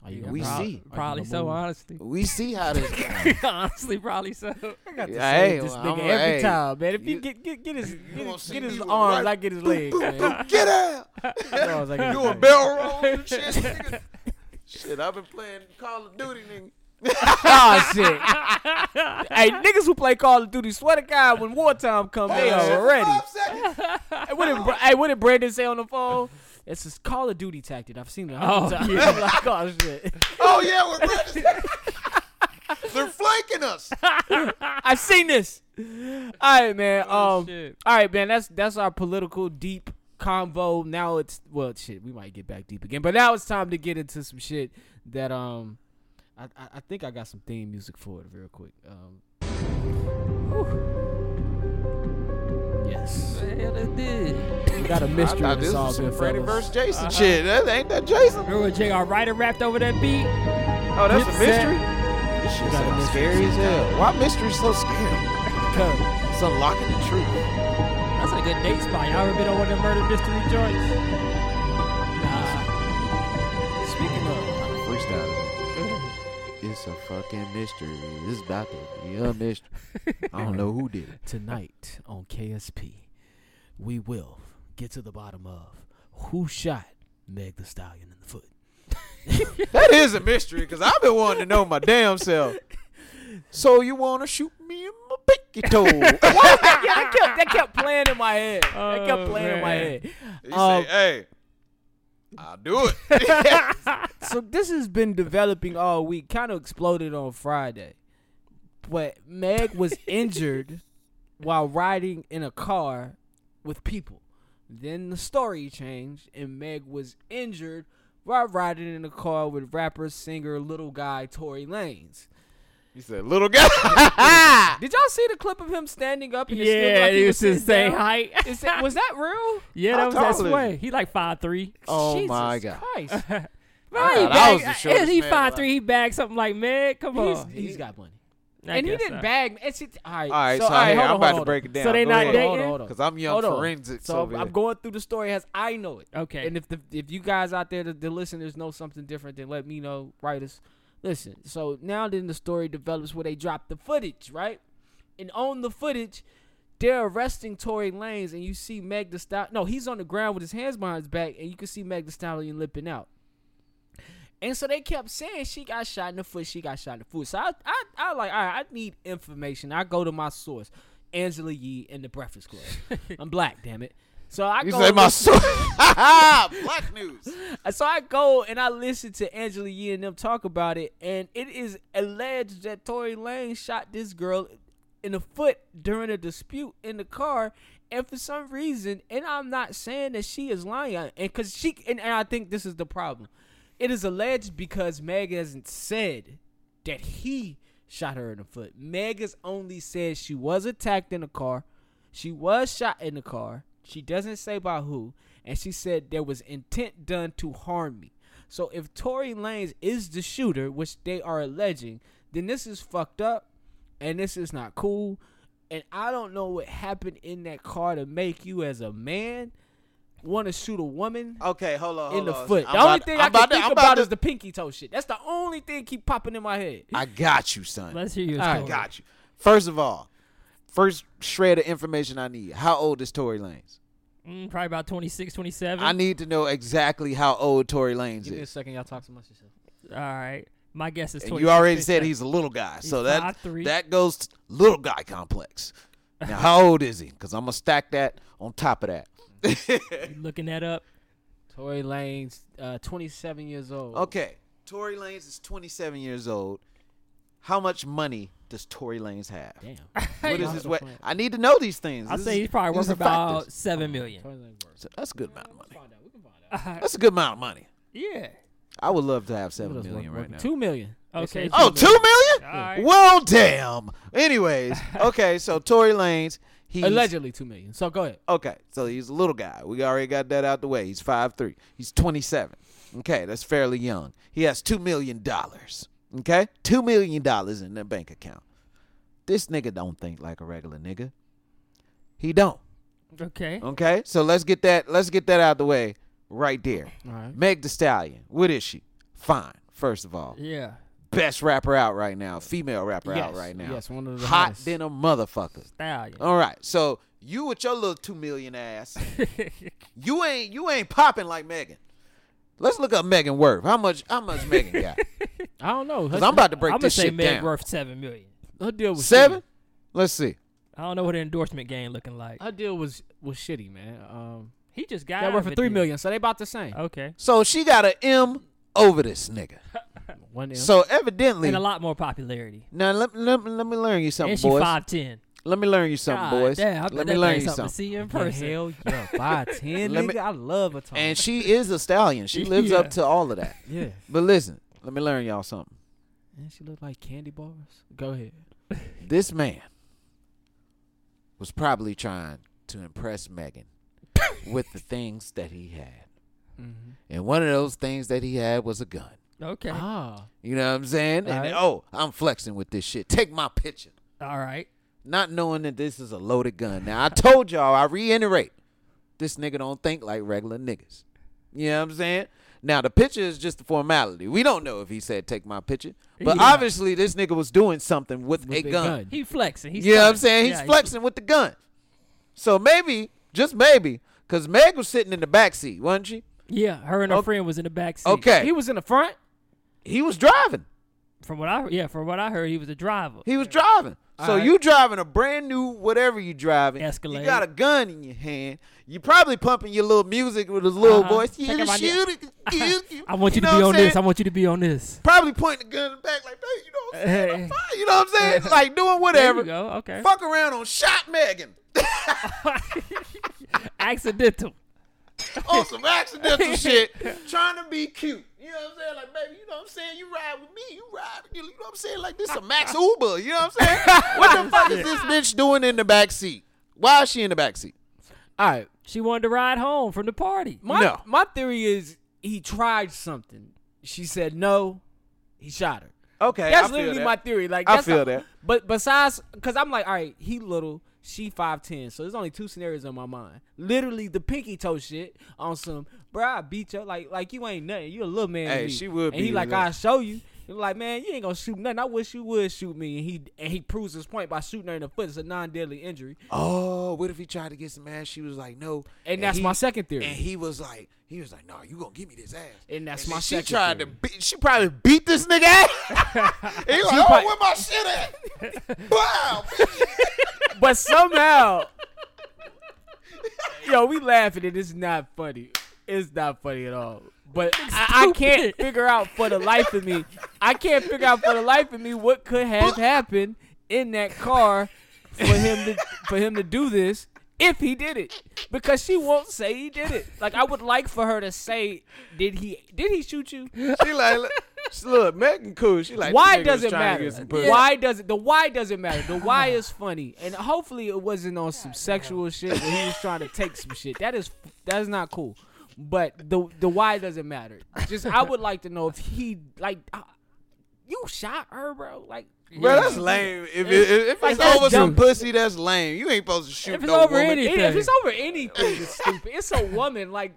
Are Oh, you Yeah, gonna we proud? prob- see. Are you Probably gonna so, move? honestly. (laughs) We see how this. (laughs) going. honestly, probably so. Yeah, Save hey, this well, nigga I'm- every hey, time, man. If you, (laughs) you- get get get his get, gonna his- see get me his with arms, right- I get his legs, man. (laughs) Get out! (laughs) Arms, I get his (laughs) Doing legs. (laughs) bell rolls and shit. nigga. Shit, I've been playing Call of Duty, nigga. oh shit. (laughs) hey, niggas who play Call of Duty, swear to God, when wartime comes, they are ready. Five seconds. Hey, what did, Bra- hey, what did Brandon say on the phone? It's this Call of Duty tactic. I've seen it. Oh, Oh, times. (laughs) yeah. I'm like, oh shit. Oh yeah, we're ready. They're (laughs) flanking us. I've seen this. All right, man. Oh, um, shit. all right, man. That's that's our political deep convo. Now it's well, shit. We might get back deep again, but now it's time to get into some shit that um, I I, I think I got some theme music for it real quick. Um, whew. yes, we got a mystery Nah, to this solve was here, some Freddy fellas. versus Jason shit. That ain't that Jason? Remember when J.R. Ryder rapped over that beat? Oh, that's a Dipset. mystery. This shit Got a sounds mystery. scary as hell. Why mystery so scary? Cause- It's unlocking the truth. That's a good date spot. Y'all ever been on one of them murder mystery joints? Nah. Speaking of, Freestyle. It's a fucking mystery. It's about to be a mystery. I don't know who did it. tonight on KSP, we will get to the bottom of who shot Meg the Stallion in the foot. That is a mystery because I've been wanting to know my damn self. So you want to shoot me in my pinky toe? (laughs) Why was that? (laughs) Yeah, that kept that kept playing in my head. that Oh, kept playing in my man. head. He Um, say, "Hey, I'll do (laughs) it." so this has been developing all week. Kind of exploded on Friday, but Meg (laughs) was injured while riding in a car with people. Then the story changed, and Meg was injured while riding in a car with rapper, singer, little guy Tory Lanez. he said, "Little (laughs) guy." Ah. Did y'all see the clip of him standing up? And it still looked Yeah, like he was sitting the same down? height. Is that, was that real? (laughs) yeah, How that was tall that is way. he? He like five three. Oh Jesus (laughs) my God. (laughs) Christ. (laughs) God, I was the shortest he man five alive. three? He bagged something like Meg. Come Oh, He's, on, he's got money. I and he guess didn't not. bag. It's, it's, all right. All right, so, all right, hey, hold I'm on, about hold to on. break it down. So they Go not ahead. Hold on, hold on, dating? hold on. Because I'm young Hold on. forensics So over I'm, I'm here. going through the story as I know it. Okay. And if the, if you guys out there, the, the listeners know something different, then let me know. Writers, listen. So now then the story develops where they drop the footage, right? And on the footage, they're arresting Tory Lanez, and you see Meg the Stallion. No, he's on the ground with his hands behind his back, and you can see Meg the Stallion lipping out. And so they kept saying she got shot in the foot, she got shot in the foot. So I, I, I like, all right, I need information. I go to my source, Angela Yee and the Breakfast Club. I'm black, damn it. So I You go say my listen- son. Black news. (laughs) so I go and I listen to Angela Yee and them talk about it, and it is alleged that Tory Lane shot this girl in the foot during a dispute in the car, and for some reason, and I'm not saying that she is lying, and because she, and, and I think this is the problem, it is alleged because Meg hasn't said that he shot her in the foot. Meg has only said she was attacked in the car. She was shot in the car. She doesn't say by who. And she said there was intent done to harm me. So if Tory Lanez is the shooter, which they are alleging, then this is fucked up and this is not cool. And I don't know what happened in that car to make you as a man want to shoot a woman Okay, hold on. in the hold on. foot. I'm the only about to- thing I'm I can to- think I'm about, to- is the pinky toe shit. That's the only thing keep popping in my head. I got you, son. Let's hear you. All right, story. got you. First of all, first shred of information I need. How old is Tory Lanez? Mm, probably about 26, 27. I need to know exactly how old Tory Lanez Give me a is. second, y'all talk so much yourself. All right. My guess is And 26. you already said he's a little guy, so that 5'3". that goes to little guy complex. Now, (laughs) how old is he? Because I'm gonna stack that on top of that. looking that up. Tory Lanez, uh, 27 years old. (laughs) Okay, Tory Lanez is 27 years old. How much money does Tory Lanez have? Damn. What is Wow. his way? I need to know these things. I This say is- he's probably these worth are about factors. seven million. Tory Lanez works. So that's a good amount of money. out. That's a good amount of money. Yeah. I would love to have seven What else million work- (laughs) right now. work- Two million. They Okay. say Oh, two million? All right. Well, damn. Anyways, okay, so Tory Lanez, he's Allegedly two million. So go ahead. Okay, so he's a little guy. We already got that out the way. He's 5'3. He's 27. Okay, that's fairly young. He has $2 million. Okay? $2 million in the bank account. This nigga don't think like a regular nigga. He don't. Okay. Okay? So let's get that let's get that out the way right there. All right. Meg the Stallion. What is she? Fine, first of all. Yeah. Best rapper out right now. Female rapper out Yes, right now. yes, one of the Hot hottest. than a motherfucker. Stallion. All right. So you (laughs) with your little two million ass, you ain't you ain't popping like Megan. Let's look up Megan Worth. How much? How much Megan got? I don't know. Because I'm about to break I'm gonna this say shit Meg down. worth seven million. Her deal was Seven? Shitty. Let's see. I don't know what her endorsement game looking like. Her deal was was shitty, man. Um, He just got that out Uh, worth of for it three then. million, so they about the same. Oh. Okay, So she got an M over this nigga. One M. So evidently, and a lot more popularity. now let, let, let me learn you something, and she boys. five ten. Let me learn you something, boys. Damn, I bet let that me thing learn you something. something. To see you in Yeah, person. Hell (laughs) yeah, (laughs) five ten. Let me- nigga, I love a time. And she is a stallion. She lives (laughs) Yeah. up to all of that. yeah, But listen, let me learn y'all something. and she looked like candy bars. Go ahead. This man was probably trying to impress (laughs) Megan with the things that he had. Mm-hmm. And one of those things that he had was a gun. Okay, Ah, You know what I'm saying? And Alright. oh, I'm flexing with this shit. Take my picture. all right. Not knowing that this is a loaded gun. Now I told y'all, I reiterate, this nigga don't think like regular niggas. You know what I'm saying? Now the picture is just a formality. We don't know if he said take my picture. But Yeah. obviously this nigga was doing something with, with a the gun. He flexing. He's You know what I'm flexing. saying? He's Yeah, he- flexing with the gun. So maybe, just maybe, because Meg was sitting in the back seat, wasn't she? Yeah, her and her Okay. friend was in the back seat. Okay. He was in the front. He was driving. From what I yeah, from what I heard, he was a driver. He was driving. So Alright. you driving a brand new whatever you driving. Escalade. You got a gun in your hand. You probably pumping your little music with a little Uh-huh. voice. Check You out my just new- shoot (laughs) it. You- you- I want you, know to what be I'm on this. I saying? want you to be on this. Probably pointing the gun in the back like, hey, you know what I'm saying? I'm (laughs) Hey. fine." You know what I'm saying? Like doing There you whatever. go. Okay. Fuck around on shot Megan (laughs) Accidental. on (laughs) some accidental shit, trying to be cute. You know what I'm saying? Like, baby, you know what I'm saying? You ride with me, you ride. You know what I'm saying? Like, this (laughs) a Max Uber. You know what I'm saying? What the fuck is this bitch doing in the back seat? Why is she in the back seat? All right. She wanted to ride home from the party. My No. my theory is he tried something. She said no. He shot her. Okay, that's literally my theory. Like I that's feel not- that. But besides, because I'm like, all right, he little, she five ten. So there's only two scenarios in my mind. Literally the pinky toe shit on some, bro. I beat you like like you ain't nothing. You a little man. to Hey, me." she would And he be like, little. I will show you. He Like man, you ain't gonna shoot nothing. I wish you would shoot me. And he and he proves his point by shooting her in the foot. It's a non-deadly injury, Oh, what if he tried to get some ass? She was like, no. and, that's he- my second theory. And he was like, he was like, no, you gonna give me this ass. And that's then my She second tried to theory. beat. She probably beat this nigga. (laughs) ass. he was probably- like, oh, where my shit (laughs) at? Wow. but somehow, yo, we laughing and it's not funny. It's not funny at all. But I, I can't figure out for the life of me. I can't figure out for the life of me what could have happened in that car for him to for him to do this if he did it. Because she won't say he did it. Like I would like for her to say, did he did he shoot you? She like, look- she look, Megan cool. She like, why this nigga does was it trying to matter? get some pussy. Why does it? The why doesn't matter. The (laughs) why is funny, and hopefully it wasn't on some sexual shit where he was trying to take some shit. That is that is not cool. But the the why doesn't matter. Just I would like to know if he like uh, you shot her, bro. Like, Bro, that's lame. If, it, if Like, it's that's over some dumb. pussy, that's lame. You ain't supposed to shoot If it's no over woman. any- It- if it's over anything, it's stupid. It's a woman. Like,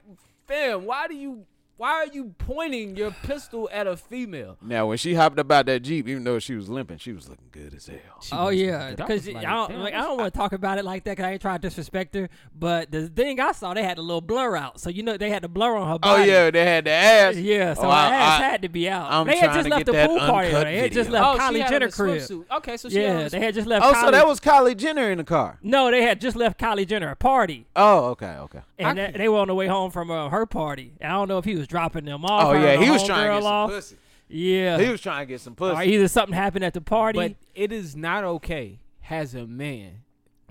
fam, why do you? Why are you pointing your pistol at a female? Now, when she hopped about that jeep, even though she was limping, she was looking good as hell. Oh yeah, That because was like, I don't damn, like, I this- don't want to talk about it like that. Cause I ain't trying to disrespect her, but the thing I saw, they had a little blur out, so you know they had the blur on her Oh body. yeah, they had the ass. yeah. So oh, her I- ass I- had to be out. I'm they had trying just to left get the that pool party. uncut They had just video. left Oh, she Kylie had Jenner Jenner crib. Okay, so she had on Yeah, a they had just left. Oh, Kylie. so that was Kylie Jenner in the car. no, they had just left Kylie Jenner a party, Oh, okay, okay. and I- that, they were on the way home from uh, her party. And I don't know if he was dropping them off. Oh her yeah, and he her was trying to homegirl get some off. Oh, pussy. Yeah, He was trying to get some or pussy. either something happened at the party. But it is not okay as a man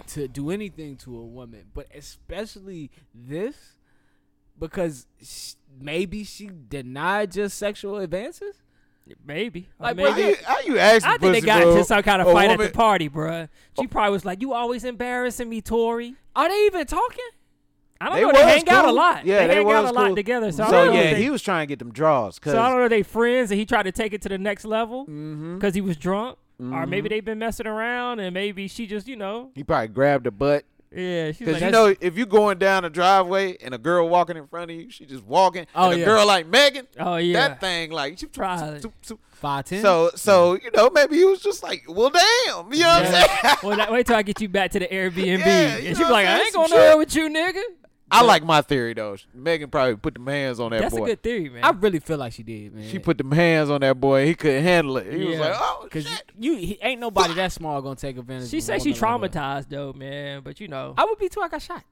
to do anything to a woman, but especially this because sh- maybe she denied just sexual advances. maybe, Like, maybe. How you, how you asking I think they pussy, got bro? into some kind of A fight at woman- Oh. the party, bruh. She probably was like, "You always embarrassing me, Tori." Are they even talking? I don't They know. They was hang out a cool. lot. Yeah, they, they hang was out a lot cool. together. So, So, I don't know if yeah, they, he was trying to get them draws. Cause so I don't know. If they friends, and he tried to take it to the next level because Mm-hmm. he was drunk, or maybe they've been messing around, and maybe she just, you know, he probably grabbed a butt. yeah, she's Cause like, you know, if you going down a driveway and a girl walking in front of you, she just walking. Oh, and a yeah. girl like Megan. Oh, yeah. that thing like she Probably. tried. Five ten. So so you know maybe he was just like, well, damn, you know what I'm saying? (laughs) well, that, wait till I get you back to the Airbnb. Yeah, you and she know was like, what I'm I saying? ain't Some going nowhere shit. with you, nigga. I like my theory though. Megan probably put them hands on that That's boy. a good theory, man. I really feel like she did, man. she put them hands on that boy. He couldn't handle it. He was Yeah. like, "Oh Cause shit!" you he, ain't nobody that small gonna take advantage. she of a says she woman like that. traumatized though, man. But you know, I would be too. I got shot.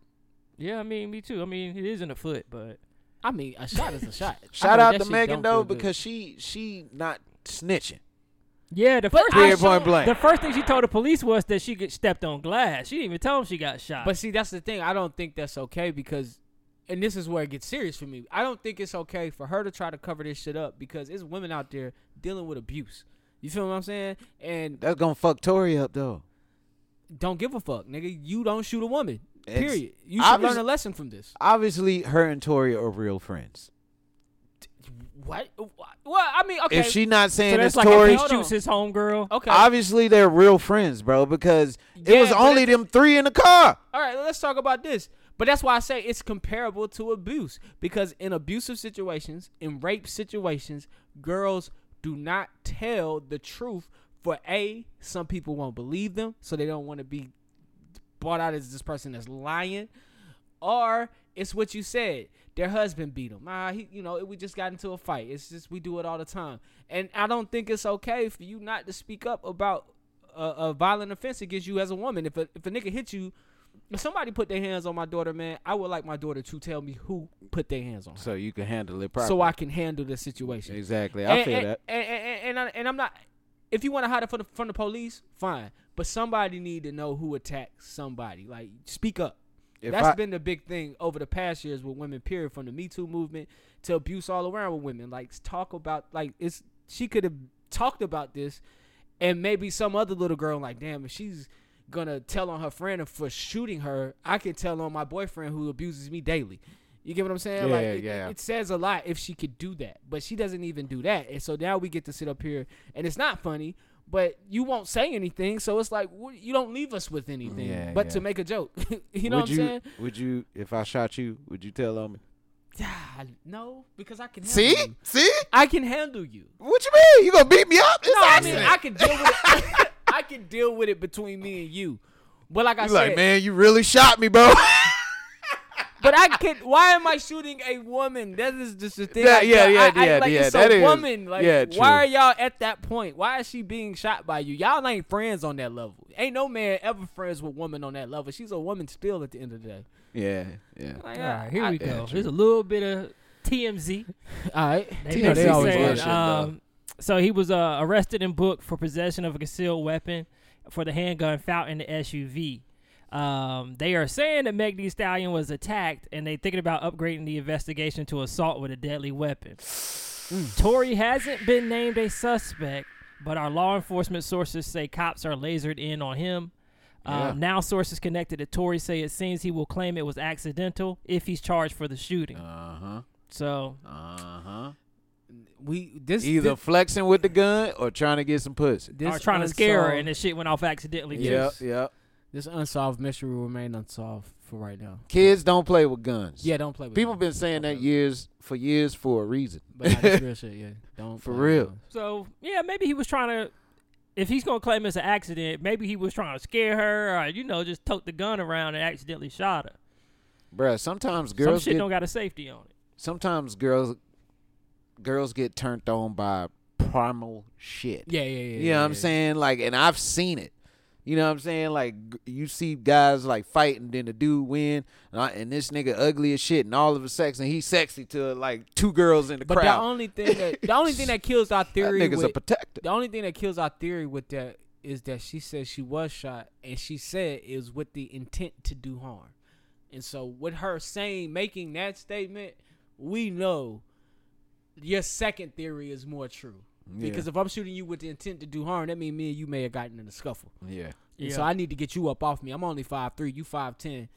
yeah, I mean, me too. I mean, it is in the foot, but I mean, a shot is a shot. Shout know out that to shit Megan don't though feel good. because she she not snitching. yeah, the first Dead thing, point blank. the first thing she told the police was that she get stepped on glass. She didn't even tell them she got shot. But see, that's the thing. I don't think that's okay because, and this is where it gets serious for me. I don't think it's okay for her to try to cover this shit up because it's women out there dealing with abuse. You feel what I'm saying? And That's gonna fuck Tori up though. don't give a fuck, nigga. You don't shoot a woman. It's- period. You should obvious- learn a lesson from this. Obviously, her and Tori are real friends. What? Well, I mean, okay. If she not so saying that's it's like Tori, if he Hold shoots on. his homegirl. okay. obviously they're real friends, bro. Because it Yeah, was but only it- them three in the car. All right, let's talk about this. But that's why I say it's comparable to abuse because in abusive situations, in rape situations, girls do not tell the truth for A, some people won't believe them, so they don't want to be brought out as this person that's lying. Or it's what you said. Their husband beat them. Ah, he, you know, we just got into a fight. It's just we do it all the time, and I don't think it's okay for you not to speak up about a, a violent offense against you as a woman. If a, if a nigga hit you, if somebody put their hands on my daughter, man, I would like my daughter to tell me who put their hands on her, So you can handle it properly. so I can handle the situation. exactly. I and, feel and, that. And, and, and, I, and I'm not. If you want to hide it from the, from the police, fine. But somebody need to know who attacked somebody. Like, speak up. If That's I- been the big thing over the past years with women. Period. From the Me Too movement to abuse all around with women. Like, talk about like it's. She could have talked about this, and maybe some other little girl. Like, damn, if she's gonna tell on her friend for shooting her, I can tell on my boyfriend who abuses me daily. You get what I'm saying? like, Yeah, it, yeah. it- it says a lot if she could do that, but she doesn't even do that. And so now we get to sit up here, and it's not funny, but you won't say anything. So it's like wh- you don't leave us with anything, Yeah, but yeah. to make a joke. (laughs) you know would what I'm you, saying? Would you? If I shot you, would you tell on me? Ah, no, because I can. Handle See, you. see, I can handle you. what you mean? You gonna beat me up? It's No, I mean accident. I can deal with it. (laughs) I can deal with it between me and you. But like I You said, like, man, you really shot me, bro. (laughs) But I could. Why am I shooting a woman? That is just the thing. Yeah, Like, yeah, yo, yeah, I, I, yeah, Like, yeah, It's that a is- woman. Like, yeah, why are true. y'all at that point? Why is she being shot by you? Y'all ain't friends on that level. Ain't no man ever friends with woman on that level. She's a woman still at the end of the day. yeah, yeah. Like, All I- right, here I- we go. There's a little bit of TMZ. All right. They You know, they basically always said, bullshit, uh, though. um, so he was uh, arrested and booked for possession of a concealed weapon for the handgun found in the SUV. Um, they are saying that Meg Thee Stallion was attacked, and they thinking about upgrading the investigation to assault with a deadly weapon. Mm, Tory hasn't been named a suspect, but our law enforcement sources say cops are lasered in on him. Yeah. Um, now, sources connected to Tory say it seems he will claim it was accidental if he's charged for the shooting. Uh huh. So Uh huh. We this Either This, flexing with the gun or trying to get some pussy. this or trying to scare her, unsolved- and the shit went off accidentally. too. Yep, yep. this unsolved mystery will remain unsolved for right now. Kids don't play with guns. Yeah, don't play with People me. been saying Don't that play with me. years for years for a reason. But nah, this real shit. Yeah, don't For play with real. me. So yeah, maybe he was trying to. If he's gonna claim it's an accident, maybe he was trying to scare her, or you know, just tote the gun around and accidentally shot her. (laughs) Bruh, sometimes Some girls shit get don't got a safety on it. sometimes girls girls get turned on by primal shit. Yeah, yeah, yeah. You know what I'm saying? Like, and I've seen it. You know what I'm saying? Like, g- you see guys like fighting, then the dude win, and, I, and this nigga ugly as shit, and all of a sex, and he's sexy to like two girls in the But the crowd. only thing that the only thing that kills our (laughs) that theory nigga's with, a protector. The only thing that kills our theory with that is that she said she was shot, and she said it was with the intent to do harm. And so, with her saying, making that statement, we know your second theory is more true. Because if I'm shooting you with the intent to do harm, that means me and you may have gotten in a scuffle. Yeah. And so Yeah. I need to get you up off me. I'm only five three, you five ten,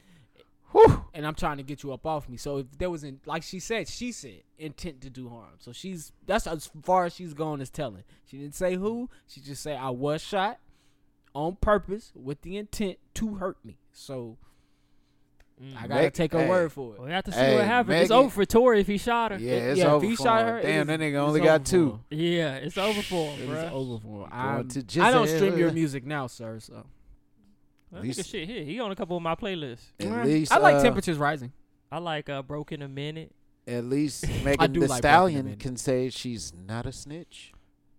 Whew. and I'm trying to get you up off me. So if there was, in, like she said, she said intent to do harm. So she's that's as far as she's going as telling. She didn't say who. She just said I was shot on purpose with the intent to hurt me. So I gotta Meg- take her hey. word for We it. have to see Hey, what happens. It's Megan- over for Tory if he shot her. Yeah, It- it's yeah, if over. he for shot him. her, it Damn, is- that nigga it's only over got for two. him. Yeah, it's over for It him, was bro. over for him. Going I'm- to I just- don't stream your music now, sir. So That At least- nigga shit here. He on a couple of my playlists. At least I like uh, temperatures rising. I like uh, Broke in a Minute. (laughs) At least Megan do the like Broken Stallion Women. can say she's not a snitch.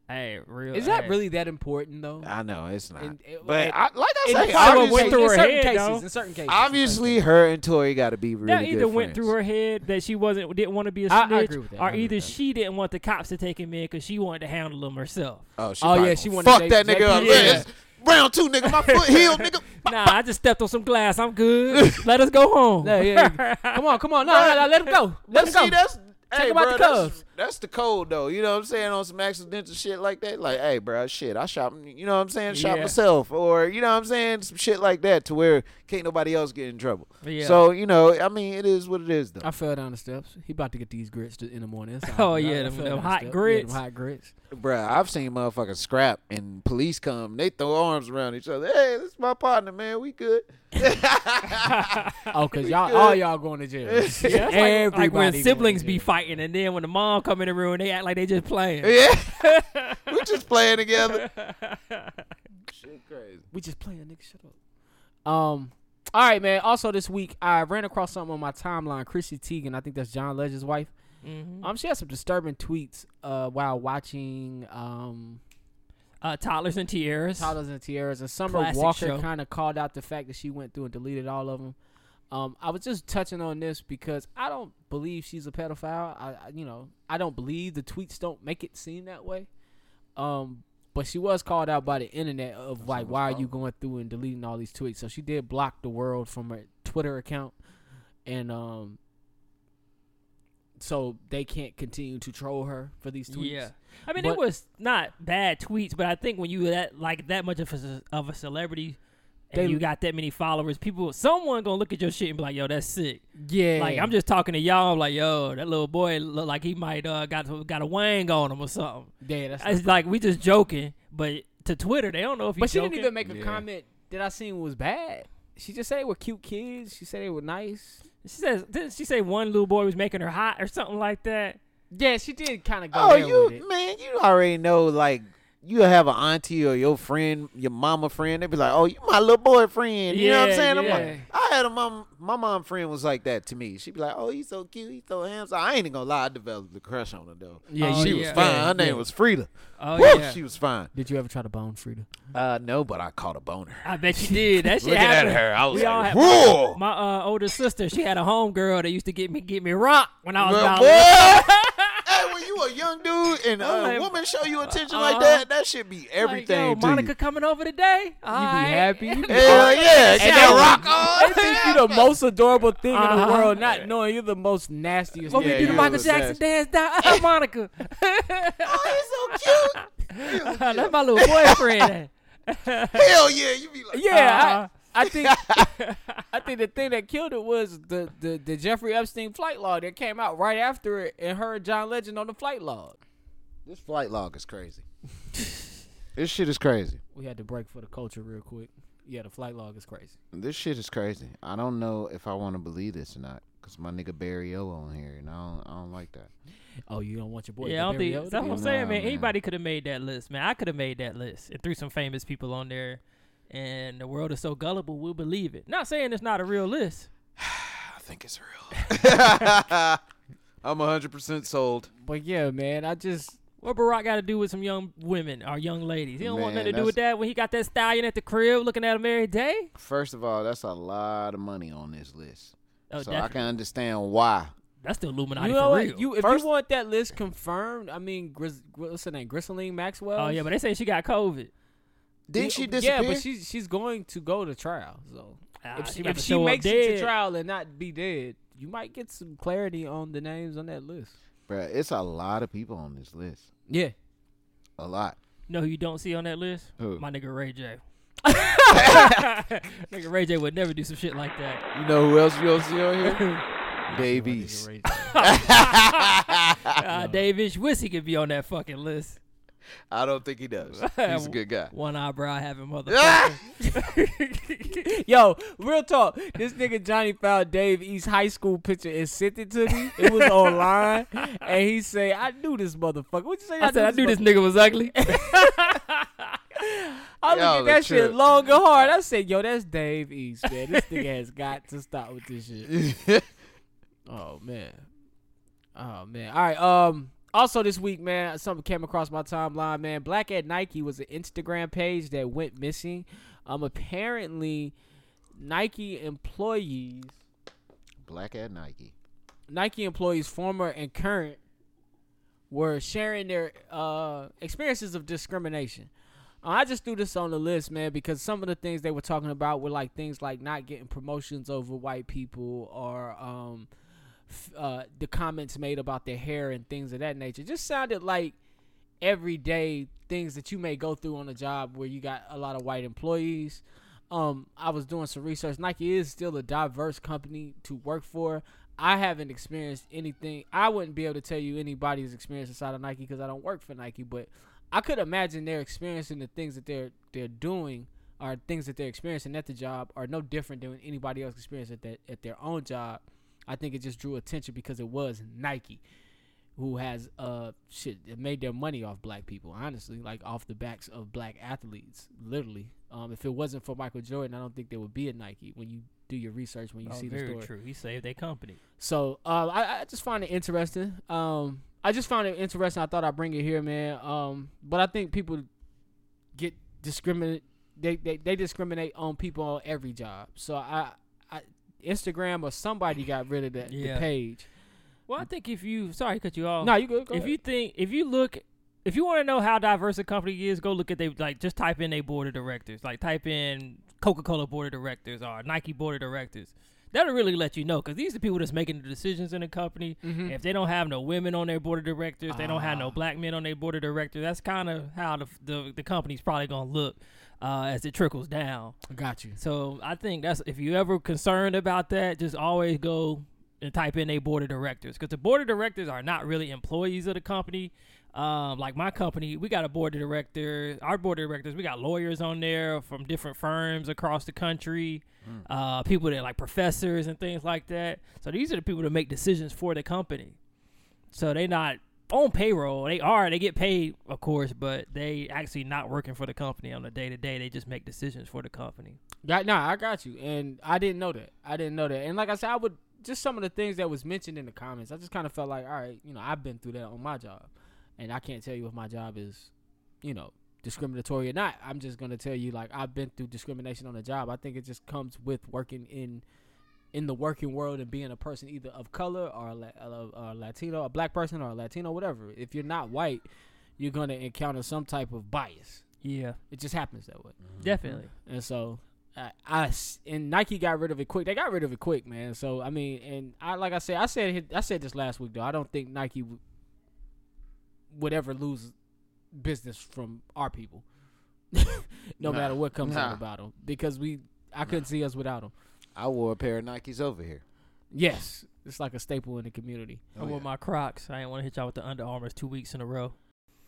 Hey, real. Is that hey. really that important though? I know it's not, And eh, it- but it- I, like I it say, probably obviously, went through in her certain head, cases, though. in certain cases. obviously her and Tori got to be really That good either went friends. through her head that she wasn't didn't want to be a I- I snitch, agree with that, I or agree with either that. she didn't want the cops to take him in because she wanted to handle him herself. Oh, she Oh, probably yeah, gonna she wanted fuck Jay- that nigga Jay- up. yeah. Yes. Round two, nigga, (laughs) my foot healed, nigga. nah, I just stepped on some glass. I'm (laughs) good. Let us go (laughs) home. Yeah, (laughs) yeah. come on, come on, no, no, no, let him go, let But him see, go. that's hey, him out bro, the that's- Cubs. That's the code though. You know what I'm saying on some accidental shit like that. Like, hey, bro, shit, I shot. You know what I'm saying? Shot Yeah. myself, or you know what I'm saying? Some shit like that to where can't nobody else get in trouble. Yeah. So you know, I mean, it is what it is though. I fell down the steps. He about to get these grits to, in the morning. (laughs) It's all Oh, right. yeah, I- I them- fell them down the hot steps. grits. Yeah, them hot (laughs) grits. Bruh, I've seen motherfuckers scrap and police come. They throw arms around each other. Hey, this is my partner, man. We good. Oh, cause y'all, all y'all going to jail. (laughs) Yeah, that's like- like, Everybody going when to siblings be jail. fighting, and then when the mom come in the room, they act like they just (laughs) playing. Yeah, we just playing together. (laughs) Shit, crazy. We just playing, nigga. Shut up. Um. All right, man. Also, this week I ran across something on my timeline. Chrissy Teigen, I think that's John Legend's wife. Um, she had some disturbing tweets uh, while watching um, (laughs) Uh, toddlers and tiaras. Toddlers and Tiaras, and Summer Classic Walker show. kind of called out the fact that she went through and deleted all of them. Um, I was just touching on this because I don't believe she's a pedophile. I, I you know, I don't believe the tweets don't make it seem that way. Um, but she was called out by the internet of like, why are you going through and deleting all these tweets? So she did block the world from her Twitter account, and um, so they can't continue to troll her for these tweets. Yeah, I mean But- it was not bad tweets, but I think when you that like that much of a, ce- of a celebrity, and They- you got that many followers, people, someone gonna look at your shit and be like, "Yo, that's sick." yeah. Like I'm just talking to y'all, I'm like, "Yo, that little boy look like he might uh got got a wang on him or something." yeah, that's It's like we just joking, but to Twitter, they don't know if you. But she joking. didn't even make a comment that I seen was bad. She just said they were cute kids. She said they were nice. She says, didn't she say one little boy was making her hot or something like that? Yeah, she did kind of go Oh, there with it. you man, you already know. Like you have an auntie or your friend, your mama friend. They be like, "Oh, you my little boyfriend." You know what I'm Yeah, saying? I'm yeah. like, I had a mom. My mom friend was like that to me. She'd be like, "Oh, he's so cute. He's so handsome." I ain't gonna lie. I developed a crush on her though. Yeah, Oh, she was yeah. fine. Yeah, Her name yeah. was Frida. Oh Woo, yeah, she was fine. Did you ever try to bone Frida? Uh, no, but I caught a boner. I (laughs) bet she did. That shit Looking at happened. her, I was we all like, had, "Whoa." My uh, older sister, she had a homegirl that used to get me get me rocked when I was Bruh, about (laughs) boy. hey, when you a young dude and a I'm like, woman show you attention like uh-huh. that, that should be like, yo, everything to Monica coming over today. You be (laughs) happy. You you. Hell yeah, get they- that rock They (laughs) on. think you the most adorable thing in the Uh-huh. world, not knowing you're the most nastiest. What nigga. Yeah, we do you the Michael was Jackson dance (laughs) down? Uh, Monica, (laughs) Oh, he's so cute. that's my (laughs) little boyfriend. Hell yeah, you be like, Yeah, I, I think (laughs) I think the thing that killed it was the, the the Jeffrey Epstein flight log that came out right after it, and her and John Legend on the flight log. this flight log is (laughs) crazy. this shit is crazy. We had to break for the culture real quick. Yeah, the flight log is crazy. This shit is crazy. I don't know if I want to believe this or not, cause my nigga Barry O on here, and I don't, I don't like that. Oh, you don't want your boy? yeah, to I don't bury think Yoda? that's what I'm saying, man. man. Anybody could have made that list, man. I could have made that list and threw some famous people on there. And the world is so gullible, we'll believe it. Not saying it's not a real list. I think it's real. I'm 100% sold. But yeah, man, I just What Barack got to do with some young women or young ladies? He don't want Man, nothing to do with that when he got that stallion at the crib looking at him every day. First of all, that's a lot of money on this list, Oh, so I definitely. can understand why. That's the Illuminati you know for what real. you if First- you want that list confirmed, I mean, Gris, what's her name, Griseline Maxwell? oh yeah, but they say she got COVID. Didn't she disappear? Yeah, but she's she's going to go to trial. So Ah, if she, about if to she show up makes it to dead. trial and not be dead, you might get some clarity on the names on that list. Bruh, it's a lot of people on this list. Yeah. A lot. No, you don't see on that list. Who? My nigga (laughs) Ray J. nigga Ray J would never do some shit like (laughs) that. You know who else you don't see on (laughs) here? Davies. Uh, Davis Wissy could be on that fucking list. (laughs) I don't think he does. He's a good (laughs) guy. One eyebrow having motherfucker. (laughs) Ah! Yo, real talk. This nigga Johnny found Dave East high school picture and sent it to me. It (laughs) was online. And he say, I knew this motherfucker. What you say? I said I knew this nigga was ugly. (laughs) I Y'all looked at the that shit trip. long and (laughs) hard. I said, yo, that's Dave East, man. This nigga has got to stop with this shit. Oh man. Oh man. All right. Um. Also, this week, man, something came across my timeline. Man, Black at Nike was an Instagram page that went missing. Um. Apparently, Nike employees, Black at Nike. Nike employees, former and current, were sharing their uh experiences of discrimination. Uh, I just threw this on the list, man, because some of the things they were talking about were like things like not getting promotions over white people or um, f- uh, the comments made about their hair and things of that nature. Just sounded like everyday things that you may go through on a job where you got a lot of white employees. Um, I was doing some research. Nike is still a diverse company to work for. I haven't experienced anything. I wouldn't be able to tell you anybody's experience inside of Nike because I don't work for Nike, but I could imagine they're experiencing the things that they're they're doing or things that they're experiencing at the job are no different than anybody else experienced at that at their own job. I think it just drew attention because it was Nike who has uh shit it made their money off black people honestly like off the backs of black athletes literally um if it wasn't for michael jordan i don't think there would be a nike when you do your research when you Oh, see the very story true. He saved their company. so uh, I, I just find it interesting. Um, I just found it interesting. I thought I'd bring it here, man. Um, but I think people get discriminate. They, they they discriminate on people on every job. So I, I Instagram or somebody got rid of that Yeah. the page. Well, I think if you sorry, to cut you off. No, you good? Go if ahead. you think if you look if you want to know how diverse a company is go look at they like just type in their board of directors like type in coca-cola board of directors or nike board of directors that'll really let you know because these are people that's making the decisions in the company Mm-hmm. if they don't have no women on their board of directors they don't have Ah. no black men on their board of directors that's kind of how the, the, the company's probably gonna look uh, as it trickles down got you. so I think that's if you ever concerned about that, just always go and type in a board of directors because the board of directors are not really employees of the company. Um, like my company, we got a board of directors. Our board of directors, we got lawyers on there from different firms across the country, uh, people that are like professors and things like that. So these are the people that make decisions for the company. So they not on payroll. They are. They get paid, of course, but they actually not working for the company on a day to day. They just make decisions for the company. Got, nah, I got you. And I didn't know that. I didn't know that. And like I said, I would just some of the things that was mentioned in the comments. I just kind of felt like, all right, you know, I've been through that on my job, and I can't tell you if my job is, you know, discriminatory or not. I'm just gonna tell you like I've been through discrimination on the job. I think it just comes with working in in the working world and being a person either of color or a, la- or a Latino, a black person or a Latino, whatever. If you're not white, you're gonna encounter some type of bias. Yeah, It just happens that way. definitely. And so I, I s- and Nike got rid of it quick. They got rid of it quick, man. So I mean, and I like I said, I said it- I said this last week though. I don't think Nike w- would ever lose business from our people, (laughs) no Nah. matter what comes out Nah. about them, because we I couldn't see us without them. I wore a pair of Nikes over here. Yes, it's like a staple in the community. I wore Oh, my Crocs. I ain't want to hit y'all with the Under Armours two weeks in a row.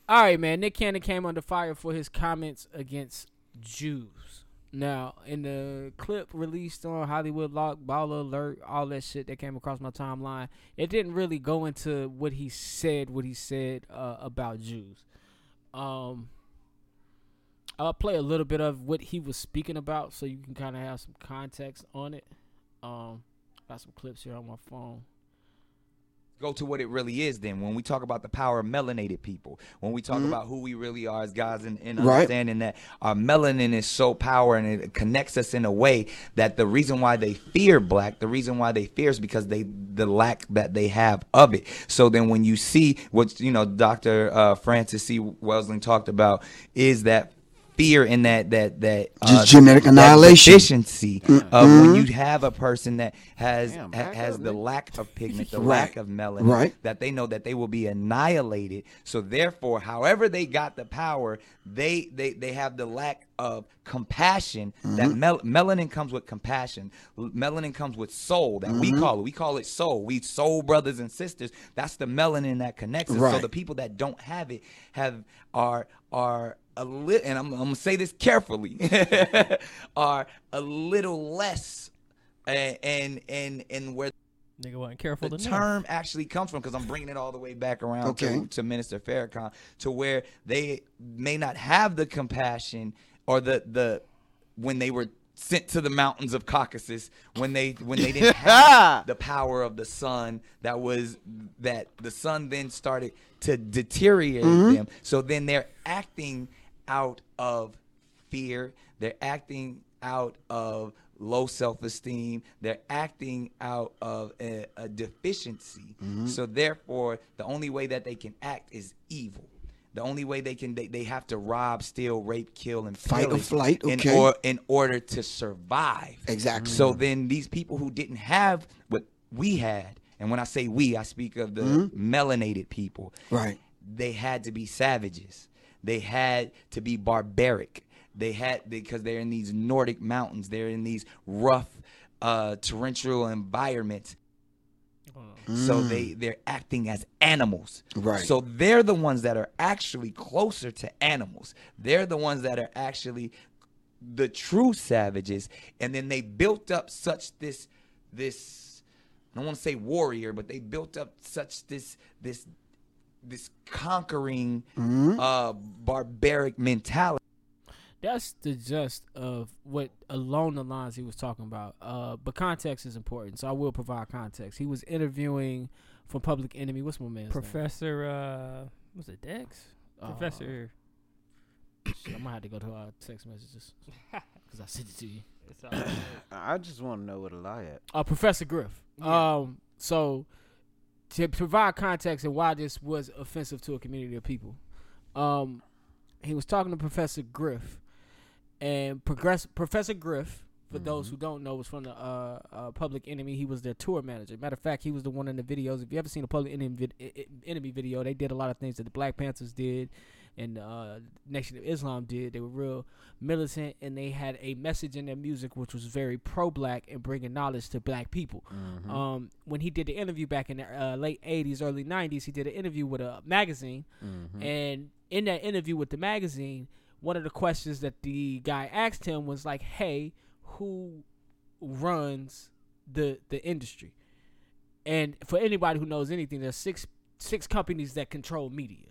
All right, man. Nick Cannon came under fire for his comments against Jews. Now, in the clip released on Hollywood Lock, Baller Alert, all that shit that came across my timeline, it didn't really go into what he said, what he said uh, about Jews. Um, I'll play a little bit of what he was speaking about so you can kind of have some context on it. Um, got some clips here on my phone. go to what it really is then when we talk about the power of melanated people when we Mm-hmm. talk about who we really are as guys and, and understanding that our melanin is so power and it connects us in a way that the reason why they fear black the reason why they fear is because they the lack that they have of it so then when you see what you know dr uh, francis c wellesley talked about is that fear and that that that Just uh, genetic that annihilation. Mm-hmm. deficiency of when you have a person that has Damn, ha- back has up, the nigga. lack of pigment the Right. lack of melanin Right. that they know that they will be annihilated. So therefore, however they got the power, they they they have the lack of compassion. Mm-hmm. That mel- melanin comes with compassion. L- Melanin comes with soul. That Mm-hmm. we call it. We call it soul. We soul brothers and sisters. That's the melanin that connects us. So Right. the people that don't have it have are are. A li- and I'm, I'm gonna say this carefully (laughs) are a little less and and and, and where Nigga wasn't careful the enough. term actually comes from because I'm bringing it all the way back around to, Okay. to Minister Farrakhan to where they may not have the compassion or the the when they were sent to the mountains of Caucasus when they when they didn't have the power of the sun that was that the sun then started to deteriorate Mm-hmm. them. So then they're acting out of fear. They're acting out of low self-esteem. They're acting out of a, a deficiency. Mm-hmm. So therefore, the only way that they can act is evil. The only way they can they, they have to rob, steal, rape, kill, and Fight or pillage flight, okay. in, or, in order to survive. Exactly. So then these people who didn't have what we had, and when I say we, I speak of the melanated people. Right. They had to be savages. They had to be barbaric. They had because they're in these Nordic mountains. They're in these rough uh, torrential environments. So they they're acting as animals. Right. So they're the ones that are actually closer to animals. They're the ones that are actually the true savages. And then they built up such this this I don't want to say warrior, but they built up such this this this conquering uh barbaric mentality. That's the gist of what along the lines he was talking about. Uh, but context is important, so I will provide context. He was interviewing for Public Enemy. What's my man's Professor, uh, was it Dex? Uh, (laughs) Professor, name? Shit, I'm gonna have to go to our text messages because I sent it to you. it's (coughs) all good. I just want to know what a lie at. Uh, Professor Griff. Um, so to provide context and why this was offensive to a community of people, um, he was talking to Professor Griff, and progress Professor Griff. For those who don't know, was from the uh, uh, Public Enemy. He was their tour manager. Matter of fact, he was the one in the videos. If you ever seen a Public Enemy, vid- e- e- enemy video, they did a lot of things that the Black Panthers did and uh, Nation of Islam did. They were real militant and they had a message in their music which was very pro black and bringing knowledge to black people. Um, when he did the interview back in the uh, late 80s, early 90s, he did an interview with a magazine. And in that interview with the magazine, one of the questions that the guy asked him was like, hey, who runs the the industry? And for anybody who knows anything, there's six six companies that control media.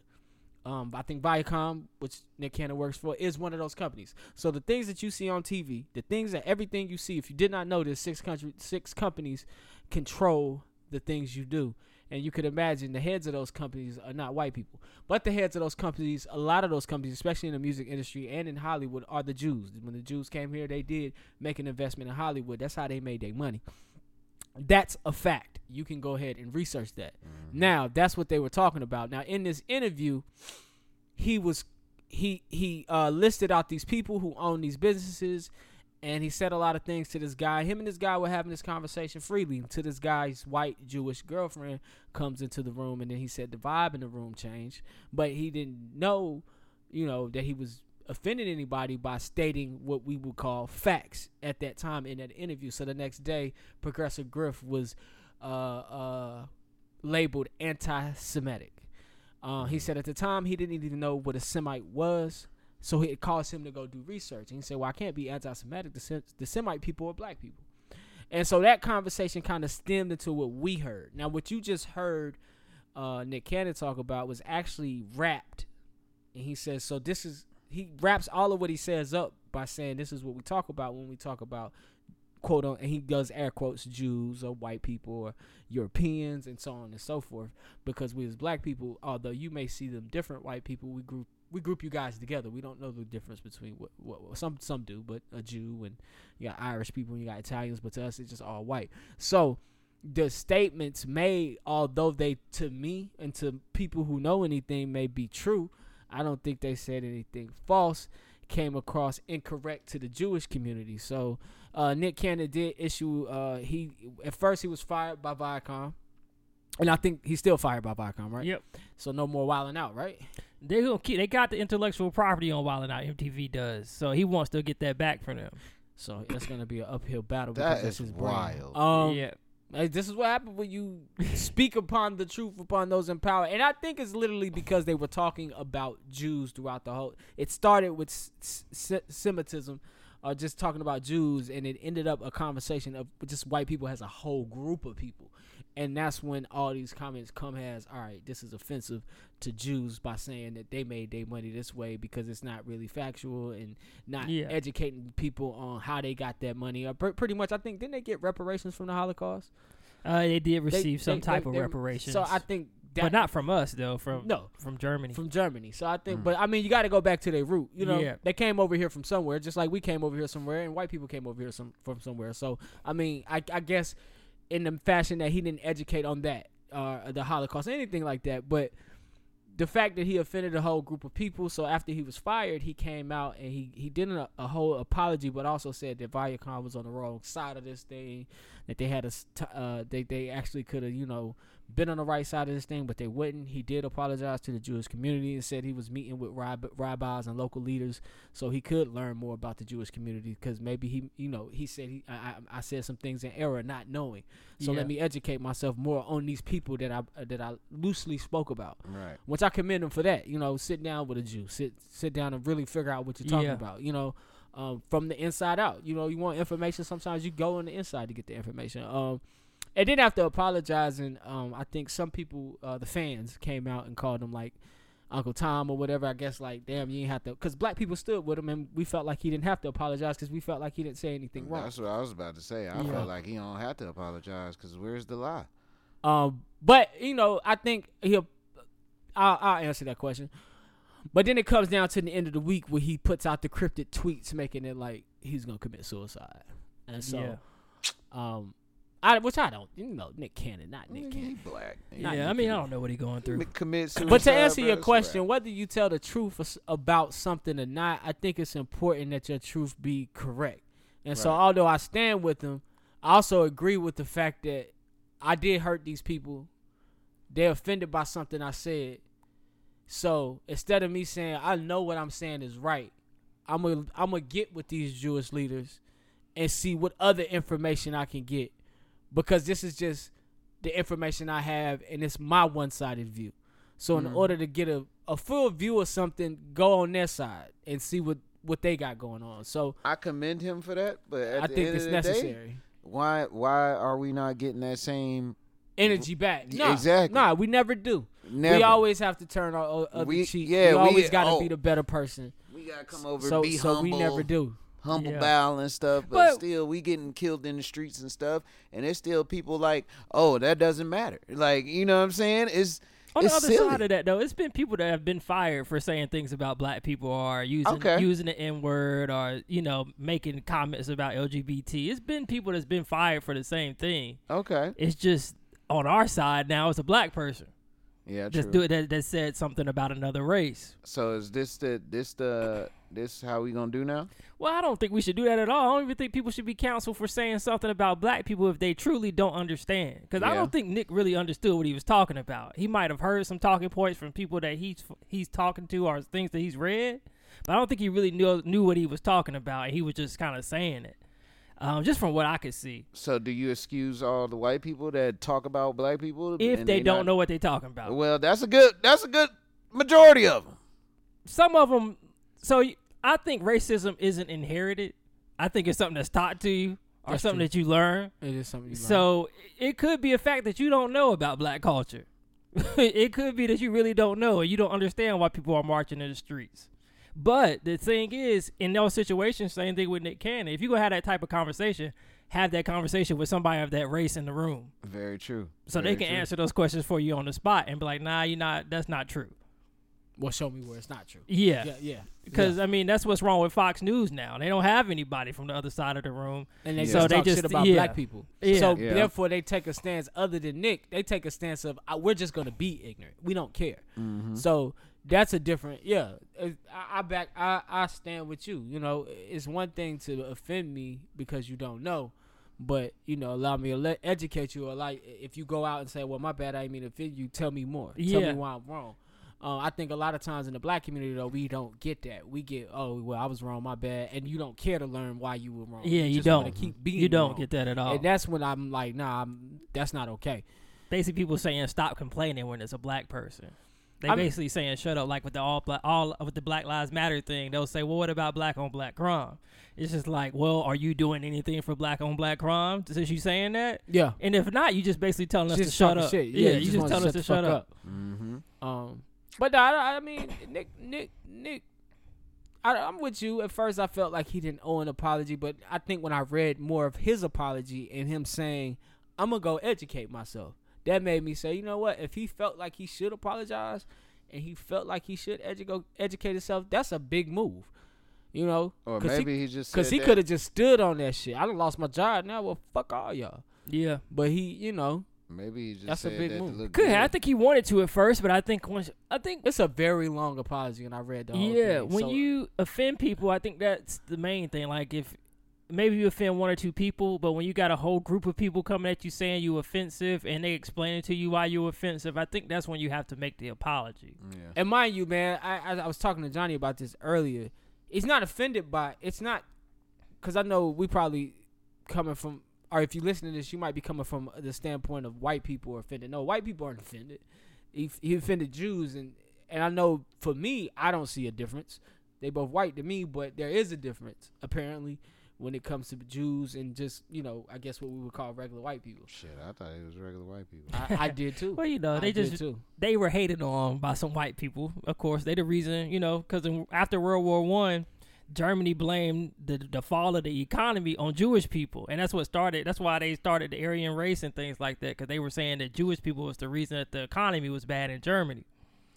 Um, I think Viacom, which Nick Cannon works for, is one of those companies. So the things that you see on TV, the things that everything you see, if you did not know this, six country, six companies control the things you do. And you could imagine the heads of those companies are not white people, but the heads of those companies, a lot of those companies, especially in the music industry and in Hollywood, are the Jews. When the Jews came here, they did make an investment in Hollywood. That's how they made their money. That's a fact. You can go ahead and research that. Now, that's what they were talking about. Now, in this interview, he was he he uh, listed out these people who own these businesses, and he said a lot of things to this guy. Him and this guy were having this conversation freely until this guy's white Jewish girlfriend comes into the room, and then he said the vibe in the room changed, but he didn't know, you know, that he was offending anybody by stating what we would call facts at that time in that interview. So the next day, Progressive Griff was uh, uh, labeled anti-Semitic. Uh, he said at the time he didn't even know what a Semite was, so it caused him to go do research. And he said, "Well, I can't be anti-Semitic. The, Sem- the Semite people are black people." And so that conversation kind of stemmed into what we heard. Now, what you just heard uh, Nick Cannon talk about was actually wrapped, and he says, "So this is." He wraps all of what he says up by saying, "This is what we talk about when we talk about." quote on and he does air quotes Jews or white people or Europeans and so on and so forth because we as black people although you may see them different white people we group we group you guys together we don't know the difference between what, what, what- some some do but a Jew and you got Irish people and you got Italians but to us it's just all white so the statements made although they to me and to people who know anything may be true I don't think they said anything false came across incorrect to the Jewish community. So uh, Nick Cannon did issue. Uh, he at first he was fired by Viacom, and I think he's still fired by Viacom, right? Yep. So no more wilding out, right? They gonna keep. They got the intellectual property on Wild 'N Out. MTV does, so he wants to get that back from them. So it's gonna be an uphill battle. That because that's is his brand. wild. Um, yeah, Like, this is what happened when you speak upon the truth upon those in power. And I think it's literally because they were talking about Jews throughout the whole. It started with s- s- se- Semitism, uh, just talking about Jews, and it ended up a conversation of just white people as a whole group of people. And that's when all these comments come as, all right, this is offensive to Jews by saying that they made their money this way because it's not really factual and not Yeah. educating people on how they got that money. Uh, pr- pretty much, I think, didn't they get reparations from the Holocaust? Uh, they did They- receive some they- type they- of they- reparations, So I think that. but not from us though. From No. from Germany. From Germany. So I think, but I mean, you got to go back to their root. You know, Yeah. they came over here from somewhere, just like we came over here somewhere, and white people came over here some, from somewhere. So I mean, I, I guess in the fashion that he didn't educate on that, uh, the Holocaust, anything like that, but. The fact that he offended a whole group of people, so after he was fired, he came out and he, he did a, a whole apology, but also said that Viacom was on the wrong side of this thing, that they had a s- t- uh, they they actually could have you know been on the right side of this thing, but they wouldn't. He did apologize to the Jewish community and said he was meeting with rab- rabbis and local leaders so he could learn more about the Jewish community because maybe he, you know, he said he, I, I I said some things in error, not knowing. So Yeah. let me educate myself more on these people that I that I loosely spoke about. Right. Which I commend him for that. You know, sit down with a Jew, sit sit down and really figure out what you're talking Yeah. about. You know. Um, from the inside out, you know, you want information. Sometimes you go on the inside to get the information. Um, and then after apologizing, um, I think some people, uh, the fans, came out and called him like Uncle Tom or whatever. I guess like, damn, you ain't have to, because black people stood with him, and we felt like he didn't have to apologize because we felt like he didn't say anything wrong. That's what I was about to say. I felt like he don't have to apologize because where's the lie? Um, but you know, I think he'll. I'll, I'll answer that question. But then it comes down to the end of the week where he puts out the cryptic tweets, making it like he's gonna commit suicide, and so, Yeah. um, I which I don't, you know, Nick Cannon, not Nick Nigga, he Cannon. black. yeah, I mean, I don't know what he going through. Commit suicide. But to answer bro, your that's a question, wrap. whether you tell the truth as- about something or not, I think it's important that your truth be correct. And so, Right. although I stand with them, I also agree with the fact that I did hurt these people. They're offended by something I said. So instead of me saying I know what I'm saying is right, I'm gonna I'm gonna get with these Jewish leaders and see what other information I can get because this is just the information I have and it's my one sided view. So Mm. in order to get a, a full view of something, go on their side and see what, what they got going on. So I commend him for that, but at I the think end it's of the day, necessary. why why are we not getting that same? Energy back. Y- Nah, exactly. Nah, we never do. We Never. always have to turn our o- other We- cheek. yeah, we we- always got to oh. be the better person. We gotta come over, so be so we humble, never do. humble Yeah. bow and stuff. But, But- still, we getting killed in the streets and stuff, and there's still people like, oh, that doesn't matter. Like you know what I'm saying? It's On it's the other silly. side of that, though, it's been people that have been fired for saying things about black people or using Okay. using the N word or you know making comments about LGBT. It's been people that's been fired for the same thing. okay, It's just on our side now. It's a black person yeah, true. that's do that that said something about another race. So is this the this the this how we gonna do now? Well, I don't think we should do that at all. I don't even think people should be counseled for saying something about black people if they truly don't understand. Because I Yeah. don't think Nick really understood what he was talking about. He might have heard some talking points from people that he's he's talking to or things that he's read, but I don't think he really knew knew what he was talking about. He was just kind of saying it, um, just from what I could see. So do you excuse all the white people that talk about black people If and they, don't not- know what they're talking about, Well, that's a good that's a good majority of them. some of them. So y- I think racism isn't inherited. I think it's something that's taught to you or That's something true. that you learn. It is something you learn. So it could be a fact that you don't know about black culture. (laughs) it could be that you really don't know and you don't understand why people are marching in the streets. But the thing is, in those situations, same thing with Nick Cannon. If you're gonna have that type of conversation, have that conversation with somebody of that race in the room. Very true. So Very they can true. answer those questions for you on the spot and be like, nah, you're not that's not true. well, show me where it's not true. Yeah. Yeah, yeah. Because I mean that's what's wrong with Fox News now. They don't have anybody from the other side of the room. and they Yeah. just So they talk shit just- about yeah. black people. Yeah. So Yeah. therefore, they take a stance other than Nick. They take a stance of "Uh, we're just gonna be ignorant. We don't care. So that's a different. Yeah, It- I, I back. I I stand with you. You know, it's one thing to offend me because you don't know. But you know, allow me to let, educate you. Or like, if you go out and say, "Well, my bad, I didn't mean to offend you," tell me more. Tell Yeah. me why I'm wrong. Uh, I think a lot of times in the black community, though, we don't get that. We get, "Oh, well, I was wrong, my bad," and you don't care to learn why you were wrong. Yeah, you just wanna don't. Keep being you don't wrong. get that at all. And that's when I'm like, nah, I'm, that's not okay. Basically people saying stop complaining when it's a black person. They basically saying shut up, like with the all black, all with the Black Lives Matter thing. They'll say, well, what about black on black crime? It's just like, well, are you doing anything for black on black crime since you saying that? Yeah. And if not, you just basically telling us Just to shut talking up. shit. Yeah, you, just, want telling us to shut the fuck up. Mm-hmm. up. Um, but no, I, I mean, Nick, Nick, Nick. I, I'm with you. At first, I felt like he didn't owe an apology, but I think when I read more of his apology and him saying, "I'm gonna go educate myself," that made me say, you know what? If he felt like he should apologize, and he felt like he should edu- educate himself, that's a big move. You know, Or 'Cause maybe he just because said he that. could have just stood on that shit. I done lost my job now. Well, fuck all y'all. Yeah. But he, you know, Maybe he just That's a said big that to move. look Could good. I think he wanted to at first, but I think once I think It's a very long apology, and I read the whole yeah, thing, when so- you offend people, I think that's the main thing. Like if maybe you offend one or two people, but when you got a whole group of people coming at you saying you offensive and they explaining to you why you offensive, I think that's when you have to make the apology. and mind you, man, I, I I was talking to Johnny about this earlier. It's not offended by it's not because I know we probably coming from or if you listen to this, you might be coming from the standpoint of white people are offended. No, white people aren't offended. He, he offended Jews, and and I know for me, I don't see a difference. They both white to me, but there is a difference apparently when it comes to Jews and just you know, I guess what we would call regular white people. Shit, I thought it was regular white people. I, (laughs) I did too. Well, you know, they I did just- too. They were hated on by some white people, of course. They the reason, you know, because after World War One, Germany blamed the the fall of the economy on Jewish people, and that's what started. That's why they started the Aryan race and things like that, because they were saying that Jewish people was the reason that the economy was bad in Germany.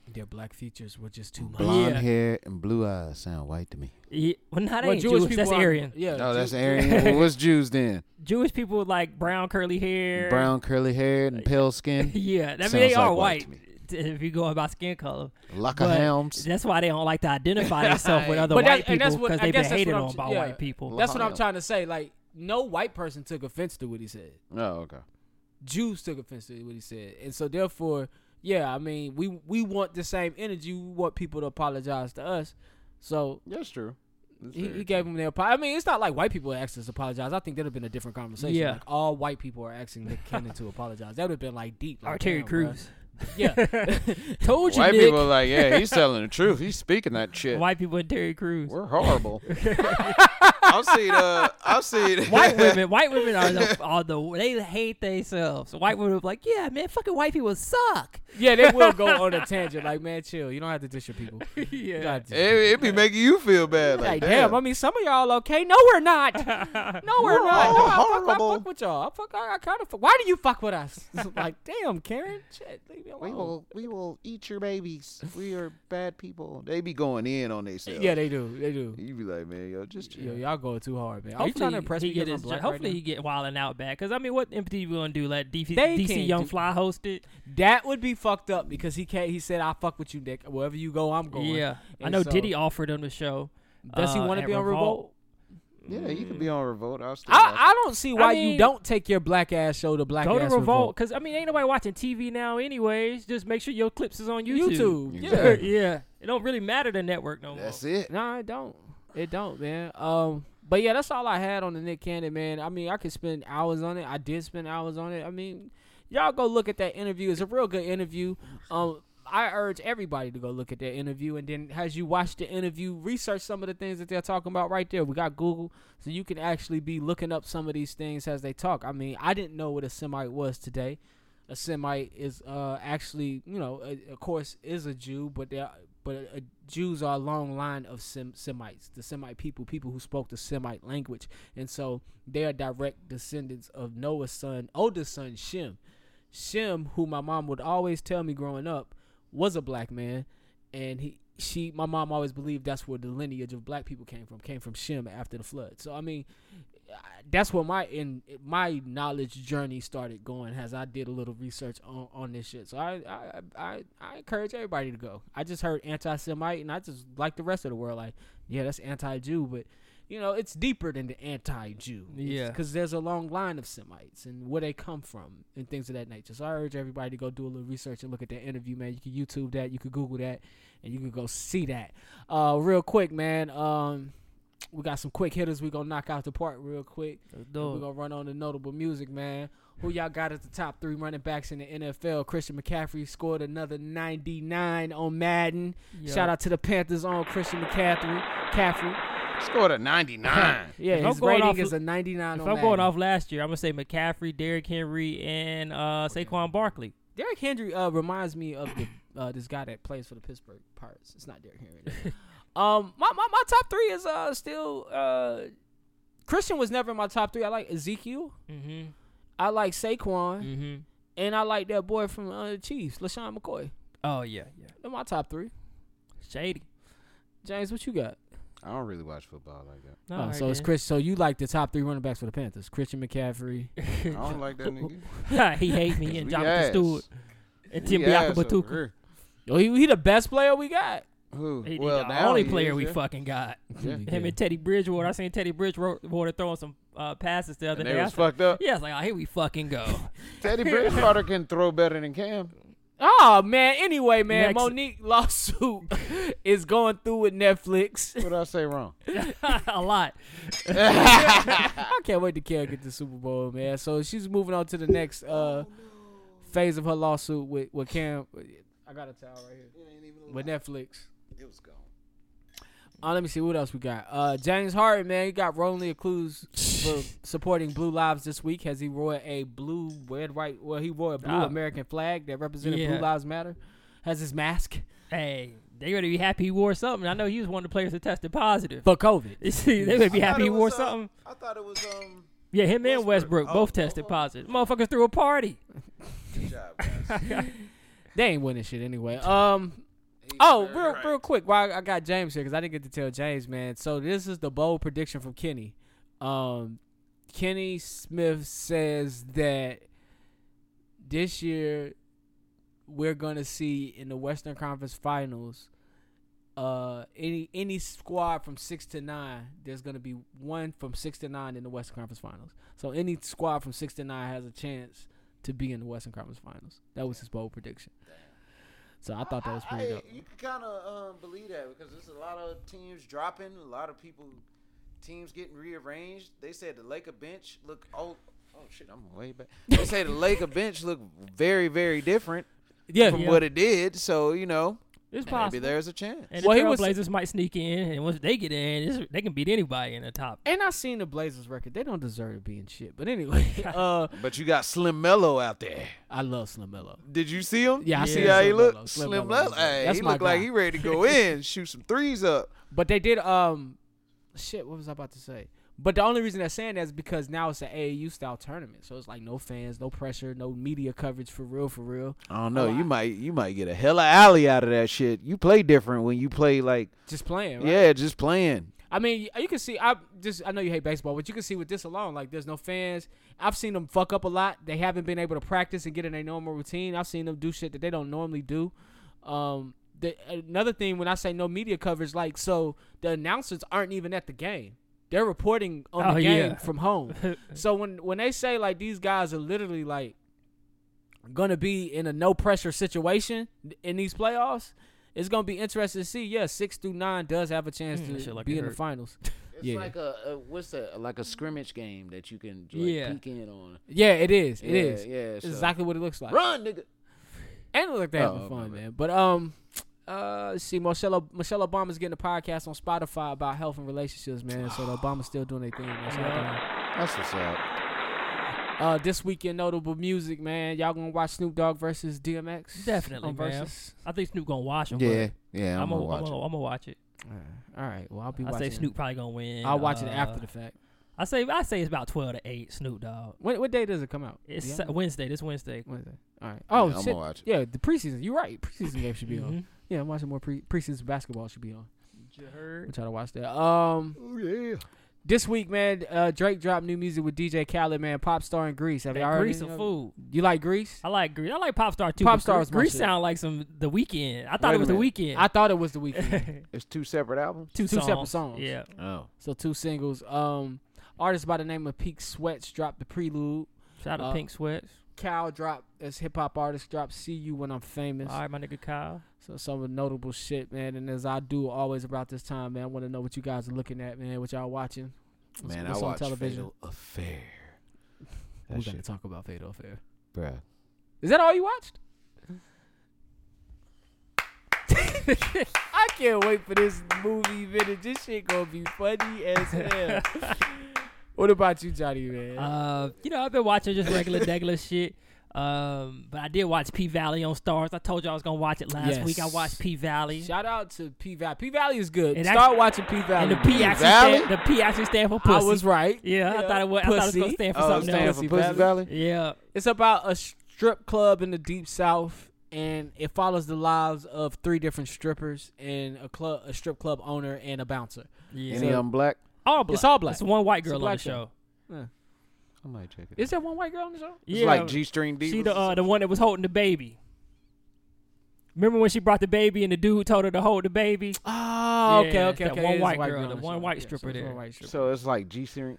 Their black features were just too much. Blonde Yeah. hair and blue eyes sound white to me. Yeah, well, not ain't Jewish. that's aren't- Aryan. Yeah. No, that's Jew- Aryan. (laughs) well, what's Jews then? Jewish people with like brown curly hair. Brown curly hair and pale skin. (laughs) Yeah, I mean Sounds they like are white to white. If you going by skin color, Lock of But hounds. that's why they don't like to (laughs) identify themselves with other But that- white and people that's what- because I they've been guess that's hated what I'm on by t- yeah. white people. That's what I'm Lahayim. trying to say. Like, no white person took offense to what he said. Oh, okay. Jews took offense to what he said, and so therefore, yeah, I mean, we we want the same energy. We want people to apologize to us. So That's true. he, he gave them their. apo- I mean, it's not like white people asked us to apologize. I think that'd have been a different conversation. Yeah. Like all white people are asking Nick Cannon to apologize. That would have been like deep. Like, Or Terry damn, Crews. bruh. (laughs) Yeah. (laughs) Told you, White Nick. people are like, yeah, he's telling the truth. He's speaking that (laughs) shit. White people and Terry Crews. We're (laughs) horrible. I've seen uh, I've (laughs) seen (laughs) White women, white women are the, are the they hate themselves. White women are like, yeah, man, fucking white people suck. yeah, (laughs) they will go on a tangent. Like, man, chill. You don't have to dish your people. You don't (laughs) Yeah, have to It, dish your it be making you feel bad. Like, Like, damn, I mean, some of y'all okay? No, we're (laughs) not. No, we're not. No, I fuck, I horrible. fuck with y'all. I fuck. I, I kind of. Fuck. Why do you fuck with us? (laughs) like, damn, Karen, shit, leave me we alone. will we will eat your babies. We are bad people. They be going in on themselves. Yeah, they do. They do. You be like, man, yo, just chill. Yo, y'all going too hard, man. Are you trying to impress he me? get because I'm his- black right hopefully he get wilding out back. Because I mean, what empathy you gonna do? Let DC, They DC can't Young do- Fly host it? now? that would be fucked up because he can't. He said, "I fuck with you, Nick. Wherever you go, I'm going." Yeah, I Oh, And know so- Diddy offered him the show. Does he uh, want to at be on revolt? Yeah, you could be on revolt. I'll still watch. I, I don't see why you mean- don't take your black ass show to black Go ass to Revolt because I mean, ain't nobody watching TV now, anyways. Just make sure your clips is on YouTube. YouTube. Exactly. Yeah. (laughs) yeah, it don't really matter the network no more. (laughs) That's it. No, it don't. It don't, man. Um, but yeah, that's all I had on the Nick Cannon, man. I mean, I could spend hours on it. I did spend hours on it. I mean, y'all go look at that interview. It's a real good interview. Um, I urge everybody to go look at that interview, and then as you watch the interview, research some of the things that they're talking about right there. We got Google, so you can actually be looking up some of these things as they talk. I mean, I didn't know what a Semite was today. A Semite is uh, actually, you know, uh, of course, is a Jew, but they are- but uh, Jews are a long line of Sem- Semites, the Semite people, people who spoke the Semite language, and so they are direct descendants of Noah's son, oldest son Shem. Shem, who my mom would always tell me growing up, was a black man, and he, she, my mom always believed that's where the lineage of black people came from, came from Shem after the flood. So I mean, I- that's where my in my knowledge journey started going as I did a little research on, on this shit. So I, I I I encourage everybody to go. I just heard anti-Semite, and I just like the rest of the world. Like, yeah, that's anti-Jew, but you know, it's deeper than the anti-Jew. Yeah. because there's a long line of Semites and where they come from and things of that nature. So I urge everybody to go do a little research and look at that interview, man. You can YouTube that, you can Google that, and you can go see that. Uh, real quick, man. Um, we got some quick hitters we gonna knock out the park real quick. Let's do We're it. gonna run on the notable music, man. Who y'all got as the top three running backs in the NFL? Christian McCaffrey scored another 99 on Madden. Yeah. Shout out to the Panthers on Christian McCaffrey. McCaffrey. Scored a 99. Yeah, If I'm his going rating off- is a 99 on If I'm Madden. going off last year, I'm gonna say McCaffrey, Derrick Henry, and uh, Saquon Barkley. Derrick Henry uh, reminds me of the, uh, this guy that plays for the Pittsburgh Pirates. It's not Derrick (laughs) Henry. um, my, my my top three is uh still uh Christian was never in my top three. I like Ezekiel. Mm-hmm. I like Saquon, Mm-hmm. and I like that boy from uh, the Chiefs, Lashawn McCoy. Oh yeah, yeah. They're my top three. Shady. James, what you got? (laughs) I don't really watch football like that. oh, so it's Chris. So you like the top three running backs for the Panthers: Christian McCaffrey. (laughs) I don't like that nigga. he hate me (laughs) and We Jonathan ass. Stewart and We Tim ass over Batuka. here. Yo, Oh, he, he the best player we got. Who? He, he well, the now only he player is, we yeah. fucking got. Yeah. Him and Teddy Bridgewater. I seen Teddy Bridgewater throwing some uh, passes the other And day. they I was said- fucked up. Yeah, it's like, oh, here we fucking go. (laughs) Teddy Bridgewater can throw better than Cam. Oh man. Anyway, man, Next- Monique lawsuit (laughs) is going through with Netflix. (laughs) What did I say (laughs) wrong? a lot. I can't wait to Karen get the Super Bowl, man. So she's moving on to the next uh, phase of her lawsuit with with Cam. I got a towel right here with Netflix. It was gone. Uh, let me see what else we got. Uh, James Harden, man, he got wrongly accused (laughs) for supporting Blue Lives this week. Has he wore a blue, red, white? Well, he wore a blue Ah. American flag that represented Yeah. Blue Lives Matter. Has his mask Hey, they gonna be happy he wore something. I know he was one of the players that tested positive. for COVID. You see, (laughs) they would be happy he um, wore something. I thought it was um. Yeah, him and Westbrook both Oh, tested positive. Motherfuckers threw a party. Good job, guys. (laughs) They ain't winning shit anyway. Um. Oh, real real quick. Why I got James here because I didn't get to tell James, man. So this is the bold prediction from Kenny. Um, Kenny Smith says that this year we're gonna see in the Western Conference Finals, uh, any any squad from six to nine. There's gonna be one from six to nine in the Western Conference Finals. So any squad from six to nine has a chance to be in the Western Conference Finals. That was his bold prediction. So I thought that was pretty dope. You can kind of um, believe that because there's a lot of teams dropping, a lot of people, teams getting rearranged. They said the Laker bench look oh oh shit, I'm way back. They say the (laughs) Laker bench look very very different Yeah, from Yeah. what it did. So you know It's maybe possible. there's a chance. And the Well, he was- Trailblazers might sneak in, and once they get in, it's, they can beat anybody in the top. (laughs) And I seen the Blazers record. They don't deserve to be in shit. But anyway, (laughs) uh, But you got Slim Mello out there. I love Slim Mello. Did you see him? Yeah, I you seen see how he Slim Mello. looked. Slim Slim Mello. Mello. Hey, That's he my looked like guy. he ready to (laughs) go in, shoot some threes up. But they did. Um, shit. What was I about to say? But the only reason they're saying that is because now it's an AAU style tournament, so it's like no fans, no pressure, no media coverage for real, for real. I don't know. You might you might get a hella alley out of that shit. You play different when you play like Just playing. Right? yeah, just playing. I mean, you can see. I just. I know you hate baseball, but you can see with this alone, like there's no fans. I've seen them fuck up a lot. They haven't been able to practice and get in their normal routine. I've seen them do shit that they don't normally do. Um, the, another thing when I say no media coverage, like so the announcers aren't even at the game. They're reporting on Oh, the game yeah. from home. (laughs) so when when they say like these guys are literally like gonna be in a no pressure situation in these playoffs. It's gonna be interesting to see. Yeah, six through nine does have a chance Mm, that to shit like be it in the hurt. finals. (laughs) It's Yeah. like a, a what's that? Like a scrimmage game that you can like, Yeah. peek in on. Yeah, it is. It Yeah, is. yeah, It's so- exactly what it looks like. Run, nigga. And it looked like they're having Oh, fun, okay, man. But um, uh, let's see, Michelle Michelle Obama's getting a podcast on Spotify about health and relationships, man. So the Obama's still doing their thing. man. Shout out to them. That's what's up. Uh, this weekend notable music, man. Y'all gonna watch Snoop Dogg versus DMX? Definitely, on man. Um, Versus? I think Snoop gonna watch him. Yeah, yeah. I'm, I'm, gonna, gonna watch. I'm, it. gonna, I'm gonna watch it. All right. Well, I'll be. I watching say it. Snoop probably gonna win. I'll watch it Uh, after the fact. I say I say it's about twelve to eight. Snoop Dogg. When, what day does it come out? It's Do y'all Sa- know? Wednesday. This Wednesday. Wednesday. All right. Yeah, Oh I'm gonna shit. watch it. Yeah, the preseason. You're right. Preseason game should be on. Mhm. Yeah, I'm watching more pre- preseason basketball should be on. You heard? I'm trying to watch that. Um, Oh yeah. this week, man, uh, Drake dropped new music with DJ Khaled, man, pop star in Greece. Have y'all That heard Grease any some of- food. You like Greece? I like Grease. I like Pop Star too. Pop but Star Gre- is my Grease shit. sound like some The Weekend. I thought Wait it a was The minute. Weekend. (laughs) I thought it was the weekend. It's two separate albums. two two songs. separate songs. Yeah. Oh. so two singles. Um, artist by the name of Peak Sweats dropped the prelude. Shout out Uh, to Pink Sweats. Cal dropped as hip hop artist dropped "See You When I'm Famous." All right, my nigga Kyle. So some of the notable shit, man. And as I do always about this time, man, I want to know what you guys are looking at, man. What y'all watching? What's, Man, what's I on watch television. Fatal (laughs) Affair. That We shit, gotta talk about Fatal Affair. bruh. Oh, Is that all you watched? (laughs) I can't wait for this movie vintage. This shit gonna be funny as hell. (laughs) what about you, Johnny, man? Uh, you know, I've been watching just regular, regular shit. Um, but I did watch P Valley on Stars. I told you I was gonna watch it last week. I Yes. watched P Valley. Shout out to P Valley. P Valley is good. And Start actu- watching P Valley. And the P actually stand, the P actually stand for I pussy. was right. Yeah, I thought it was. I thought it was gonna Pussy. stand for Oh, something stand else. for Pussy Pussy Valley? Valley. Yeah, It's about a strip club in the deep south, and it follows the lives of three different strippers and a club, a strip club owner, and a bouncer. yeah. Any of them black? all black. It's all black. It's one white It's a girl on black the show. I might check it. Is there one white girl on the show? It's yeah, like G string she D. the uh, the one that was holding the baby. Remember when she brought the baby and the dude told her to hold the baby? Oh, Yeah, okay, it's okay, that okay. one It is a white girl, on the one show. white Yeah, so stripper it's one there. white stripper. So it's like G ah, string.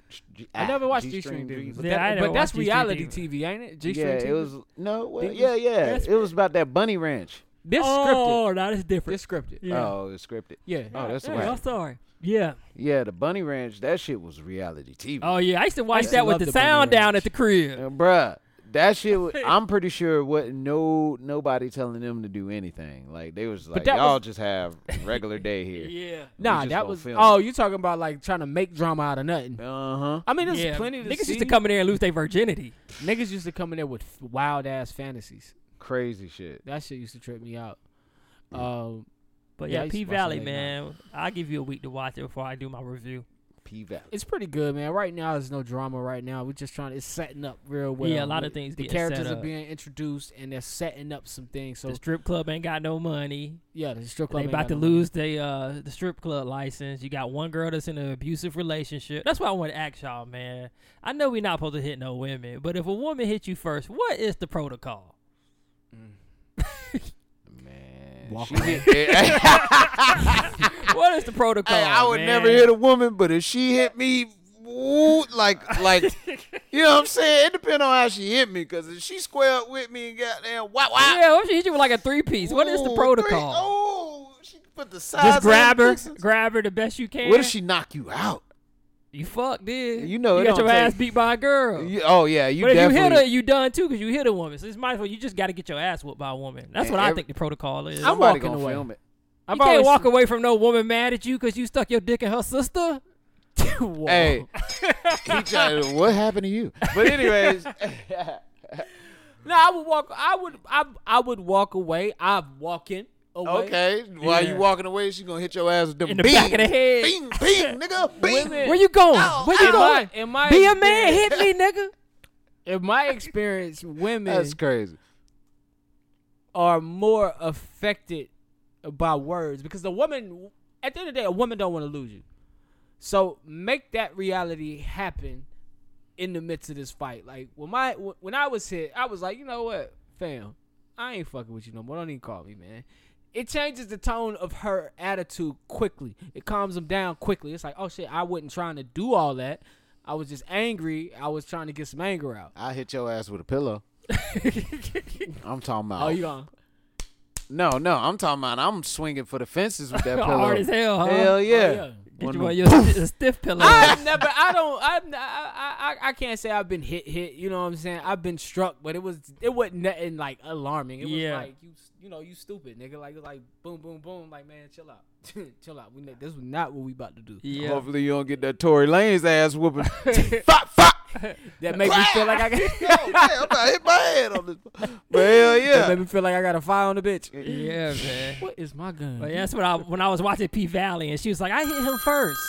I never watched G String D. D, but, Yeah, that- I never but that's watched G-String reality D. TV, ain't it? G Yeah, String TV. it was no. Well, Didn't you- yeah, yeah. That's- It was about that bunny ranch. this Oh, no, scripted. that's This different. scripted. Yeah. Yeah. Oh, it's scripted. Oh, that's yeah, right. I'm sorry. Yeah. Yeah, the bunny ranch. That shit was reality TV. Oh yeah, I used to watch used to that with love the, the Bunny sound down Ranch. at the crib. Uh, bruh, that shit. wa- I'm pretty sure what no nobody telling them to do anything. Like they was like, that y'all was- just have regular day here. Yeah. Nah, just that gonna was. film. Oh, you talking about like trying to make drama out of nothing? Uh huh. I mean, there's yeah. plenty to Niggas see. used to come in there and lose their virginity. Niggas used to come in there with wild ass fantasies. Crazy shit. That shit used to trip me out. Um, But Yeah, I yeah, used to P watch it Valley, late man. I'll give you a week to watch it before I do my review. P Valley. it's pretty good, man. Right now, there's no drama. Right now, we're just trying. It's setting up real well. Yeah, a lot of things The getting set characters are up. being introduced, and they're setting up some things. So The strip club ain't got no money. yeah, the strip Oh. club They ain't about got to no- lose they uh the strip club license. You got one girl that's in an abusive relationship. That's why I want to ask y'all, man. I know we not supposed to hit no women, but if a woman hit you first, what is the protocol? Man. Walk she hit- (laughs) hey, what (laughs) is the protocol? I would man? never hit a woman, but if she hit me, woo, like like, you know what I'm saying? It depends on how she hit me, cause if she square up with me and goddamn wah wah. Yeah, what if she hit you with like a three piece? What is ooh, the three- protocol? Oh, she put the sides. Just grab on her, fixes. grab her the best you can. What if she knock you out? You fucked, dude. You know it you got don't your ass take- beat by a girl. You- oh yeah, you but if you definitely. hit her, you done too because you hit a woman. So it's might as well you just got to get your ass whooped by a woman. That's And what I every- think the protocol I'm is. You Somebody walking gonna away. film it. I've can't always- (laughs) walk away from no woman mad at you because you stuck your dick in her sister. Whoa. (laughs) Hey, he tried to- what happened to you? But anyways, (laughs) No, I would walk. I would. I. I would walk away. I'm walking away. okay. While Yeah. you walking away, she gonna hit your ass with them In the back of the beans. head. Bing, (laughs) bing, nigga, bing. Women- Where you going? Oh, Ow, Where you ow. going? In my Be a man, experience- hit (laughs) me, (laughs) nigga. In my experience, women That's crazy. are more affected by words because the woman at the end of the day a woman don't want to lose you so make that reality happen in the midst of this fight like when my when i was hit i was like you know what fam i ain't fucking with you no more don't even call me man it changes the tone of her attitude quickly it calms them down quickly it's like oh shit i wasn't trying to do all that i was just angry i was trying to get some anger out I hit your ass with a (laughs) pillow. I'm talking about. oh you gone no, no, I'm talking about. I'm swinging for the fences with that pillow. (laughs) Hard as hell, huh? Hell yeah. yeah. Get One you of (laughs) them- one of your sti- stiff pillow. (laughs) I've never. I don't. I'm, I, I I can't say I've been hit. Hit. You know what I'm saying? I've been struck, but it was. It wasn't nothing like alarming. It was Yeah. like you. You know, you stupid nigga. Like it was like boom, boom, boom. Like man, chill out, (laughs) chill out. We ne- this was not what we about to do. yeah. Hopefully you don't get that Tory Lane's ass (laughs) whooping. fuck, fuck. That made me feel like (laughs) I. Yo, Got, man, I'm about to hit my head on this. But hell that yeah. made me feel like I got a fire on the bitch. Yeah, man. What is my gun? But yeah, that's what I when I was watching P Valley and she was like, I hit him first.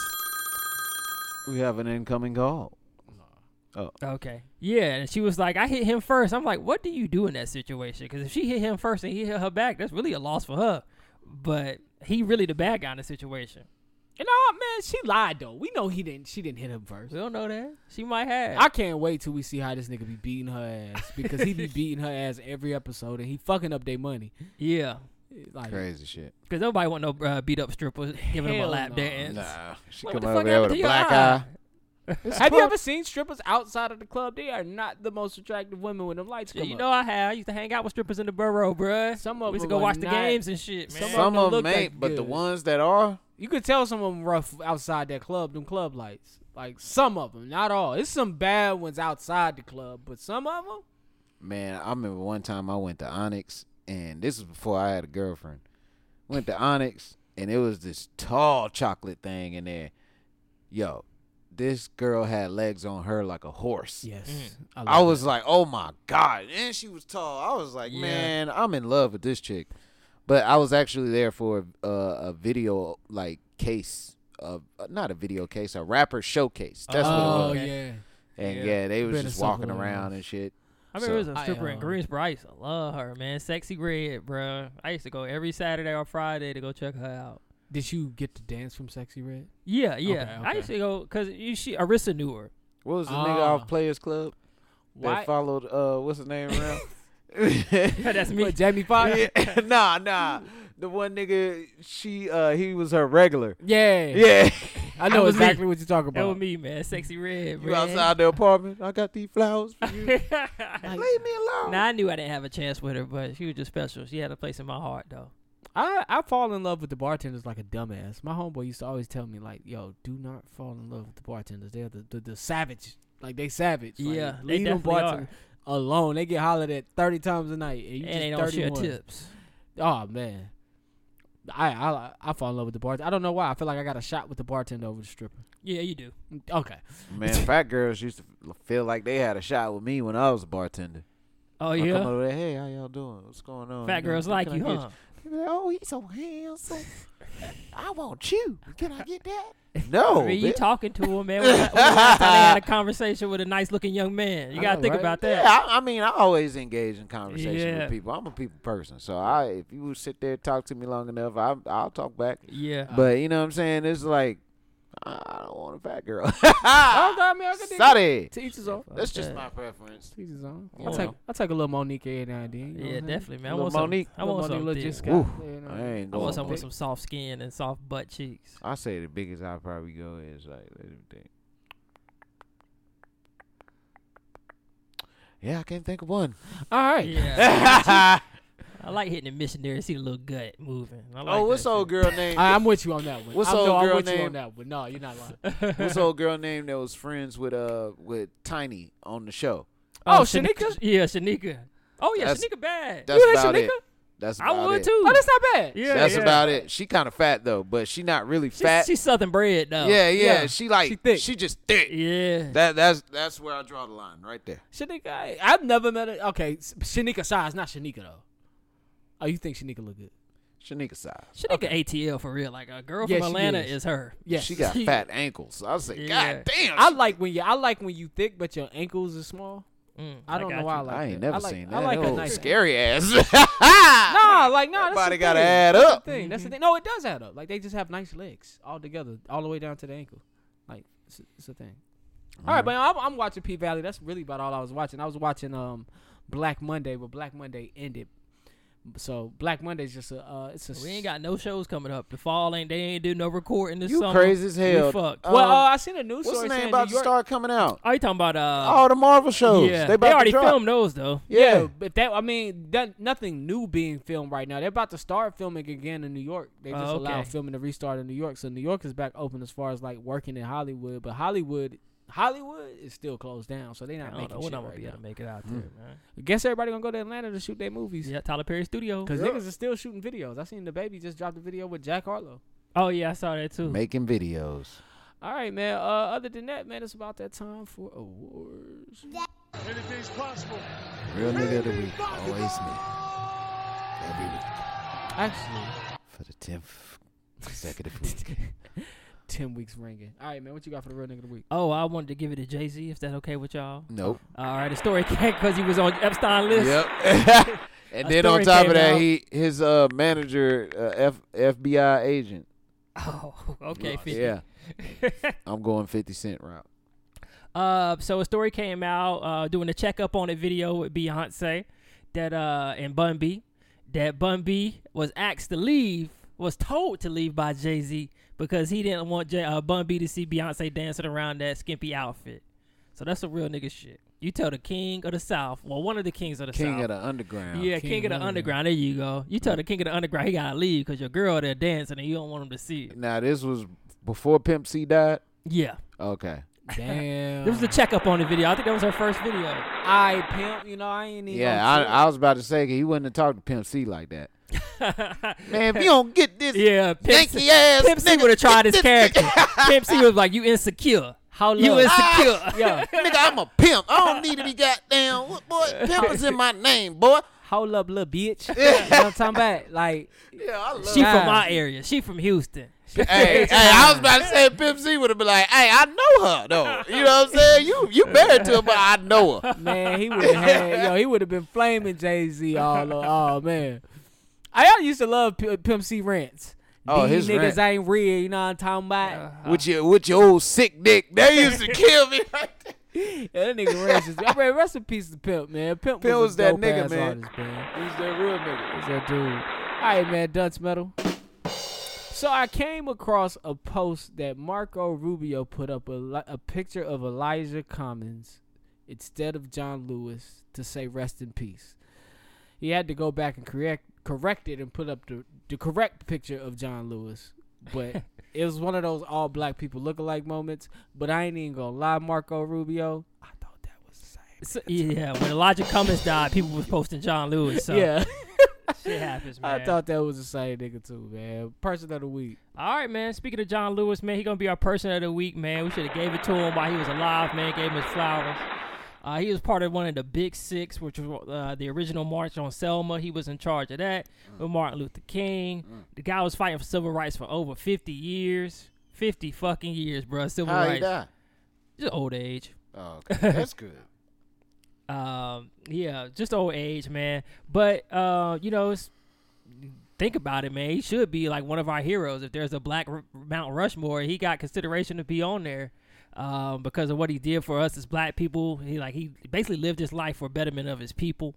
We have an incoming call. Okay. Yeah, and she was like, "I hit him first. I'm like, "What do you do in that situation?" Because if she hit him first and he hit her back, that's really a loss for her. But he really the bad guy in the situation. And oh man, she lied though. We know he didn't. She didn't hit him first. We don't know that she might have. I can't wait till we see how this nigga be beating her ass because (laughs) he be beating her ass every episode and he fucking up their money. yeah, Like Crazy shit. because nobody want no uh, beat up strippers giving them a Hell lap no. dance. Nah, she Like, come what the over fuck there happened with to a your black eye? eye. Have you ever seen strippers outside of the club? They are not the most attractive women when them lights come you up. know I have. I used to hang out with strippers in the borough, bruh. Some of we used to them go are watch the not- games and shit, man. some Some don't of them look ain't, that but the good. ones that are, You could tell some of them rough outside that club, them club lights. Like some of them, not all. It's some bad ones outside the club, but some of them. man, I remember one time I went to Onyx, and this was before I had a girlfriend. Went to Onyx, and it was this tall chocolate thing in there. Yo, this girl had legs on her like a horse. Yes, Mm. I was like, oh my God. And she was tall. I was like, man, I'm in love with this chick. But I was actually there for a, a video like case of uh, not a video case, a rapper showcase. That's Oh what it was. yeah. And yeah, yeah. they was Better just walking something. around and shit. I remember So- there was a stripper in I, uh, Greensboro. I used to love her, man. Sexy Red, bruh. I used to go every Saturday or Friday to go check her out. Did you get to dance from Sexy Red? Yeah, yeah. Okay, I okay. used to go because she Arissa knew her. What was the nigga Ah. off Players Club that Why- followed uh what's his name around? (laughs) That's me. What, Jamie Foxx? Yeah. Yeah, (laughs) nah, nah. The one nigga she uh he was her regular. Yeah. (laughs) I know was me. exactly what you're talking That was about. me, man. Sexy Red, You bro. outside the apartment. I got these flowers for you. Leave me alone. (laughs) Now I knew I didn't have a chance with her, but she was just special. She had a place in my heart, though. I, I fall in love with the bartenders like a dumbass. My homeboy used to always tell me like, "Yo, do not fall in love with the bartenders. They're the the, the savage. Like they savage. Like, Yeah, they leave them definitely bartenders alone. They get hollered at thirty times a night, and you and they just don't share thirty one. tips. Oh man, I, I I fall in love with the bartender. I don't know why. I feel like I got a shot with the bartender over the stripper. Yeah, you do. (laughs) Okay, Man, fat girls used to feel like they had a shot with me when I was a bartender. Oh I'd come yeah. over there, hey, how y'all doing? What's going on? Fat You know, girls what like can you, I get huh? They be like, oh, he's so (laughs) handsome. I want you. Can I get that? No. I mean, you Oh, bitch. talking to him, man. When I, when I had a conversation with a nice looking young man. You I gotta know, think right? about that. yeah, I, I mean, I always engage in conversation Yeah. with people. I'm a people person, so I if you would sit there and talk to me long enough, I, I'll talk back. Yeah. But you know what I'm saying? It's like I I don't want a fat girl. (laughs) I mean, I can dig it. Sorry, To each his own. that's just that. my preference. To each his own. Yeah. I take I take a little Monique every now and then. you know what Yeah, I'm saying? definitely, man. I Lil want Monique. some. I want Little some. Monique, thick- little Jiska, Oof. you know. I ain't I going. want some with there. some soft skin and soft butt cheeks. I say the biggest I probably go is like let me think. Yeah, I can't think of one. All right. (laughs) Yeah. I like hitting the missionary, see the little gut moving. I like oh, what's that old shit. girl name? (laughs) I, I'm with you on that one. What's I'm, old no, I'm girl with you name? on that one. No, you're not lying. Oh, what's old girl name that was friends with uh with Tiny on the show? Oh, Shani- Shanika? Yeah, Shanika. Oh yeah, That's- Shanika bad. That's you hear about Shanika? it. That's I about would it. too. Oh, that's not bad. yeah, That's yeah. about it. She kind of fat though, but she not really She's, fat. she's Southern bred though. yeah, yeah, yeah. She like She she, thick. just thick. Yeah. That that's that's where I draw the line right there. Shanika, I, I've never met a. Okay, S- Shanika size, not Shanika though. Oh, you think Shanika look good? Shanika size. Shanika ATL for real. Like a girl Yeah, from she Atlanta is. is her. Yes. (laughs) She (laughs) got fat ankles. I was like, Yeah. God damn. I like when you. I like when you thick, but your ankles are small. Mm, I don't got know why I you. like. I ain't that. never like, seen I that. like a Oh, nice. scary ass. (laughs) nah, Nah, like nah. Everybody got gotta add up. That's the thing. That's the thing. No, it does add up. Like they just have nice legs all together, all the way down to the ankle. Like it's, it's a thing. All right, but I'm, I'm watching P Valley. That's really about all I was watching. I was watching um Black Monday, but Black Monday ended. So Black Monday's just a uh, it's a We ain't got no shows coming up. The fall ain't. They ain't do no recording this You summer. crazy as hell. We fucked. Uh, well, um, uh, I seen a news What's the story name saying New about to York- start coming out? Are you talking about? Uh, All the Marvel shows. yeah. They about already to drop. filmed those though. Yeah, Yeah. but that I mean, that, nothing new being filmed right now. They're about to start filming again in New York. They just Oh, allowed okay. filming to restart in New York, so New York is back open as far as like working in Hollywood. But Hollywood, Hollywood is still closed down, so they're not I don't know making when shit I'm gonna right be now. able to make it Mm. out there, man. Guess everybody gonna go to Atlanta to shoot their movies. Yeah, Tyler Perry Studio. Cause niggas is still shooting videos. I seen the baby just dropped a video with Jack Harlow. Oh yeah, I saw that too. Making videos. All right, man. Uh, other than that, man, it's about that time for awards. Real nigga of the week. Always me. Every week. Actually, For the 10th consecutive week. ten weeks ringing. All right, man. What you got for the real nigga of the (laughs) week? (laughs) Oh, I wanted to give it to Jay Z. If that's okay with y'all. Nope. All right, the story (laughs) came because he was on Epstein (laughs) list. Yep. and A then on story top of came that, out. he his uh, manager, uh, F, FBI agent. Oh, okay, 50. Yeah. I'm going 50 Cent route. Uh, so a story came out uh, doing a checkup on a video with Beyonce that uh and Bun B that Bun B was asked to leave was told to leave by Jay Z because he didn't want J- uh, Bun B to see Beyonce dancing around that skimpy outfit. So that's some real nigga shit. You tell the king of the South, well, one of the kings of the King South. of the Underground. yeah, king, of the underground. There you go. You tell the king of the underground he gotta leave because your girl there dancing and you don't want him to see it. Now this was before Pimp C died. Yeah, Okay. Damn. there was a checkup on the video. I think that was her first video. I pimp. You know, I ain't even. Yeah, gonna I, say I was about to say he wouldn't have talked to Pimp C like (laughs) that. Man, if you don't get this Yeah, Pimp Yankee ass Pimp C nigga, would have get tried his this character. (laughs) Pimp C was like, "You insecure? How low? You insecure? Ah. (laughs) yeah. nigga, I'm a pimp. I don't need to be goddamn. What, Boy, pimp is in my name, boy. Hold up, little bitch. you know what I'm talking about? Like, Yeah, I love. She Nah. from my area. She from Houston. She- (laughs) Hey, hey, I was about to say Pimp C would have been like, "Hey, I know her though." You know what I'm saying? You you married to her, but I know her. man, he would have had yo. He would have been flaming Jay Z all. o- Oh man, I used to love P- Pimp C rants. Oh, These his niggas rant. ain't real. You know what I'm talking about? With your with your old sick dick, they used to kill me. Like that. Yeah, that nigga rants. Is, I mean, rest in peace to Pimp, man. Pimp, Pimp was, was a that dope nigga, ass man. Artist, man. He's that real nigga. Is that dude? All right, man. Dunce metal. So I came across a post that Marco Rubio put up a, li- a picture of Elijah Cummings instead of John Lewis to say rest in peace. He had to go back and correct correct it and put up the, the correct picture of John Lewis, but it was one of those all black people lookalike moments. But I ain't even gonna lie, Marco Rubio, I thought that was the So- yeah, when Elijah Cummings died, people was posting John Lewis. So same. Yeah. shit happens, (laughs) man. I thought that was the same nigga too, man. Person of the week. All right, man. Speaking of John Lewis, man, he gonna be our person of the week, man. We should have gave it to him while he was alive, man. Gave him his flowers. Uh, he was part of one of the Big Six, which was uh, the original march on Selma. He was in charge of that Mm. with Martin Luther King. The guy was fighting for civil rights for over fifty years, fifty fucking years, bruh. Civil How he rights, died? just old age. Oh, okay. that's good. (laughs) um yeah just old age man but uh you know it's, think about it man he should be like one of our heroes if there's a black R- mount rushmore he got consideration to be on there um because of what he did for us as black people he like he basically lived his life for betterment of his people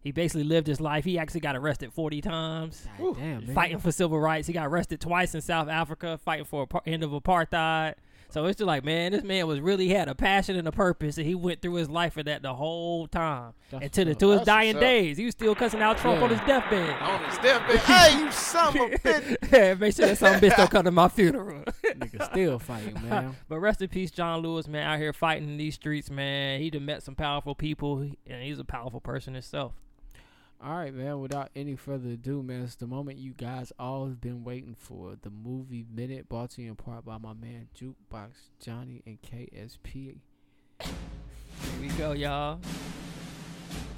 he basically lived his life he actually got arrested 40 times Damn, man. fighting for civil rights. He got arrested twice in South Africa, fighting for apar- end of apartheid. So it's just like, man, this man was really had a passion and a purpose, and he went through his life for that the whole time, and to, the, to his That's dying what's up. days. He was still cussing out Trump on his deathbed. On his deathbed, hey, you son of a bitch. (laughs) Make sure that some bitch don't come to my funeral. (laughs) Nigga still fighting, man. But rest in peace, John Lewis, man, out here fighting in these streets, man. He done met some powerful people, and he's a powerful person himself. All right, man. Without any further ado, man, it's the moment you guys all have been waiting for. The movie minute brought to you in part by my man Jukebox Johnny and KSP. Here we go, y'all.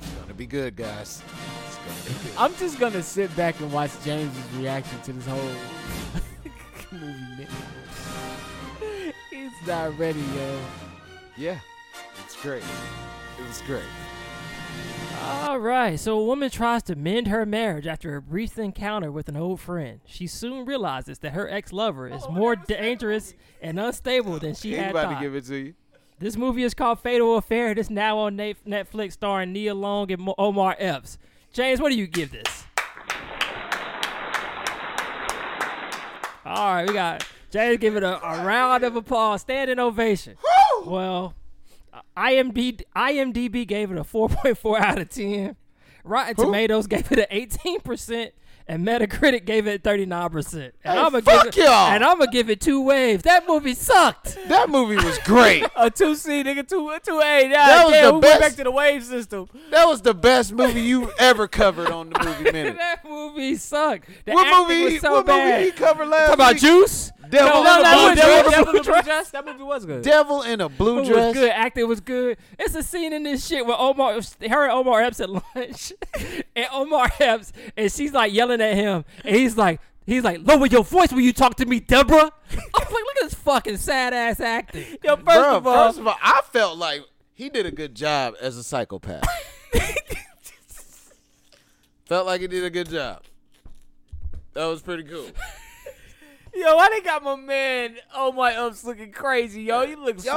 It's gonna be good, guys. It's gonna be good. I'm just gonna sit back and watch James's reaction to this whole (laughs) movie minute. (laughs) He's not ready, yo. Yeah, it's great. It was great. All right, so a woman tries to mend her marriage after a brief encounter with an old friend. She soon realizes that her ex lover is more dangerous and unstable than she He had about to thought. give it to you. this movie is called Fatal Affair. It is now on Na- Netflix, starring Nia Long and Mo- Omar Epps. James, what do you give this? All right, we got James giving a, a round of applause, standing ovation. Well, IMD, IMDb gave it a 4.4 out of 10. Rotten Tomatoes gave it an 18%, and Metacritic gave it 39%. And I'ma fuck give it, y'all. And I'm going to give it two waves. That movie sucked. That movie was (laughs) great. A two C nigga, two a two A. That That was the we went best- back to the wave system. That was the best movie you ever covered on the (laughs) movie minute. that movie sucked. The what acting movie? was so what bad. movie he covered last? Talk about week? Juice. Devil, No, in no, a that blue was dress. Devil- Devil- That movie was good. Devil in a blue It was dress. good. Acting was good. It's a scene in this shit where Omar, her and Omar Epps at lunch, (laughs) and Omar Epps, and she's like yelling at him, and he's like, he's like, lower your voice when you talk to me, Deborah. (laughs) I'm like, look at this fucking sad ass acting. Yo, first Bruh, of all, first of all, I felt like he did a good job as a (laughs) psychopath. (laughs) felt like he did a good job. That was pretty cool. Yo, I done got my man Oh my ups looking crazy, yo. He looks Yo,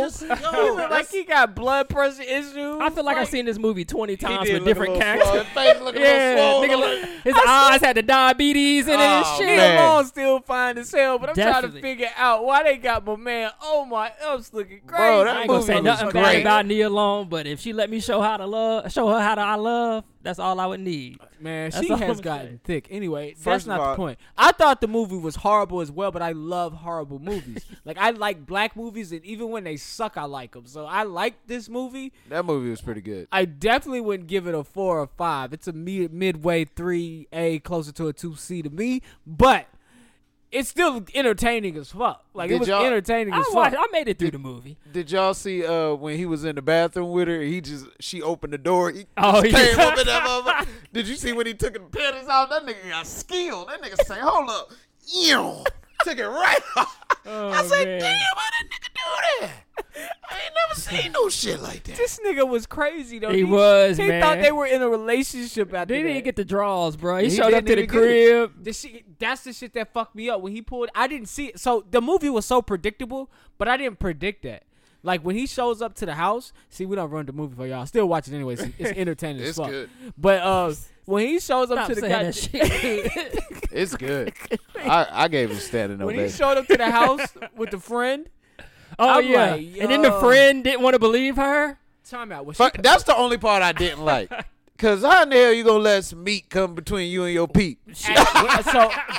that's swole. just- yo, (laughs) he look like that's- he got blood pressure issues. I feel like I've seen this movie twenty times did look with a different little characters. Oh, face look a Yeah, little nigga, swollen. look, (laughs) his eyes had the diabetes in it and Oh, shit. Damn, man. all still fine as hell, but I'm Definitely. trying to figure out why they got my man Oh my ups looking crazy. Bro, that I ain't gonna movie say was nothing bad great. about Nia Long, but if she let me show how to love, show her how to I love, that's all I would need. Man, That's she all has I'm gotten saying. thick. Anyway, that's First not of the all- point. I thought the movie was horrible as well, but I love (laughs) horrible movies. like I like black movies, and even when they suck, I like them. So I like this movie. That movie was pretty good. I definitely wouldn't give it a four or five. It's a mid- midway three A, closer to a two C to me, but it's still entertaining as fuck. Like it Did was y'all- entertaining I, as fuck. watched, I made it through the movie. Did y'all see uh when he was in the bathroom with her? He just she opened the door. He Oh, just yeah. came up in that (laughs) motherfucker. Did you see when he took the panties off? That nigga got skilled. That nigga say, "Hold up, ew." Took it right off. I (laughs) Oh, said, man. "Damn, how that nigga do that? I ain't never seen no shit like that." this nigga was crazy though. He was, He man. thought they were in a relationship after They that. didn't get the draws, bro. He, He showed up to the didn't even get it. crib. The shit, that's the shit that fucked me up when he pulled. I didn't see it. So the movie was so predictable, but I didn't predict that. Like when he shows up to the house, see, we don't run the movie for y'all. Still watch it anyways. (laughs) It's entertaining as It's fuck. good. But uh, when he shows up Stop to the saying guy, that shit. It's good. I, I gave him standing when he ovation. showed up to (laughs) the house with the friend, (laughs) (laughs) oh I'm yeah, like, and then the yo. friend didn't want to believe her. time out. Was she, Fuck, that's the only part I (laughs) didn't like. Cause how in the hell you gonna let some meat come between you and your peep? (laughs) so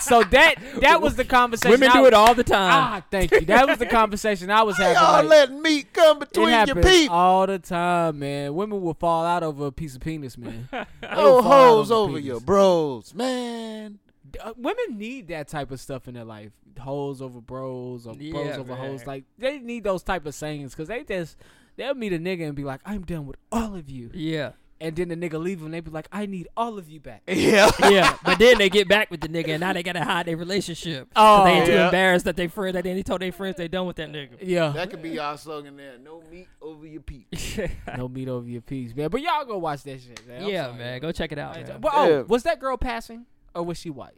so that that was the conversation. Women I do was- it all the time. Ah, thank you. That was the conversation I was having. Y'all like, let meat come It between your happens peep. all the time, man. Women will fall out over a piece of penis, (laughs) man. They will Oh, fall out hoes over penis. your bros, man. D- uh, Women need that type of stuff in their life. Hoes over bros or Yeah, bros over hoes. man. Like they need those type of sayings because they just they'll meet a nigga and be like, "I'm done with all of you," Yeah, and then the nigga leave them. They be like, "I need all of you back." Yeah. (laughs) yeah. But then they get back with the nigga, and now they gotta hide their relationship. 'Cause Oh, they ain't too yeah. embarrassed that they friend. That they only told their friends they done with that (laughs) nigga. Yeah, That could be our slogan there. No meat over your peep. no meat over your peas, man. But y'all go watch that shit, man. I'm yeah, sorry, man. y'all. Go check it out. I ain't t- man. Well, oh, Yeah. was that girl passing or was she white?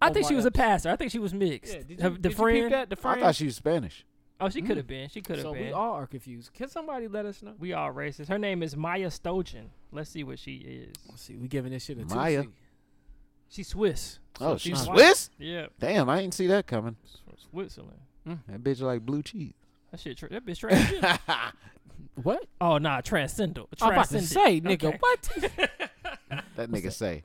I think Oh, she my was a ups. passer. I think she was mixed. Yeah, did you, Her- did the you peep friend. that? The I friend. thought she was Spanish. Oh, she could have been. She could have so been. we all are confused. Can somebody let us know? We all racist. Her name is Maya Stojan. Let's see what she is. Let's see, we giving this shit a Maya. two. She's Swiss. Oh, she she's white. Swiss? Yeah, Damn, I ain't see that coming. she's from Switzerland. That bitch like blue cheese. That shit. Tra- that (laughs) bitch transgender. What? oh nah, transcendental. I'm about to say, nigga, Okay. what? That nigga say.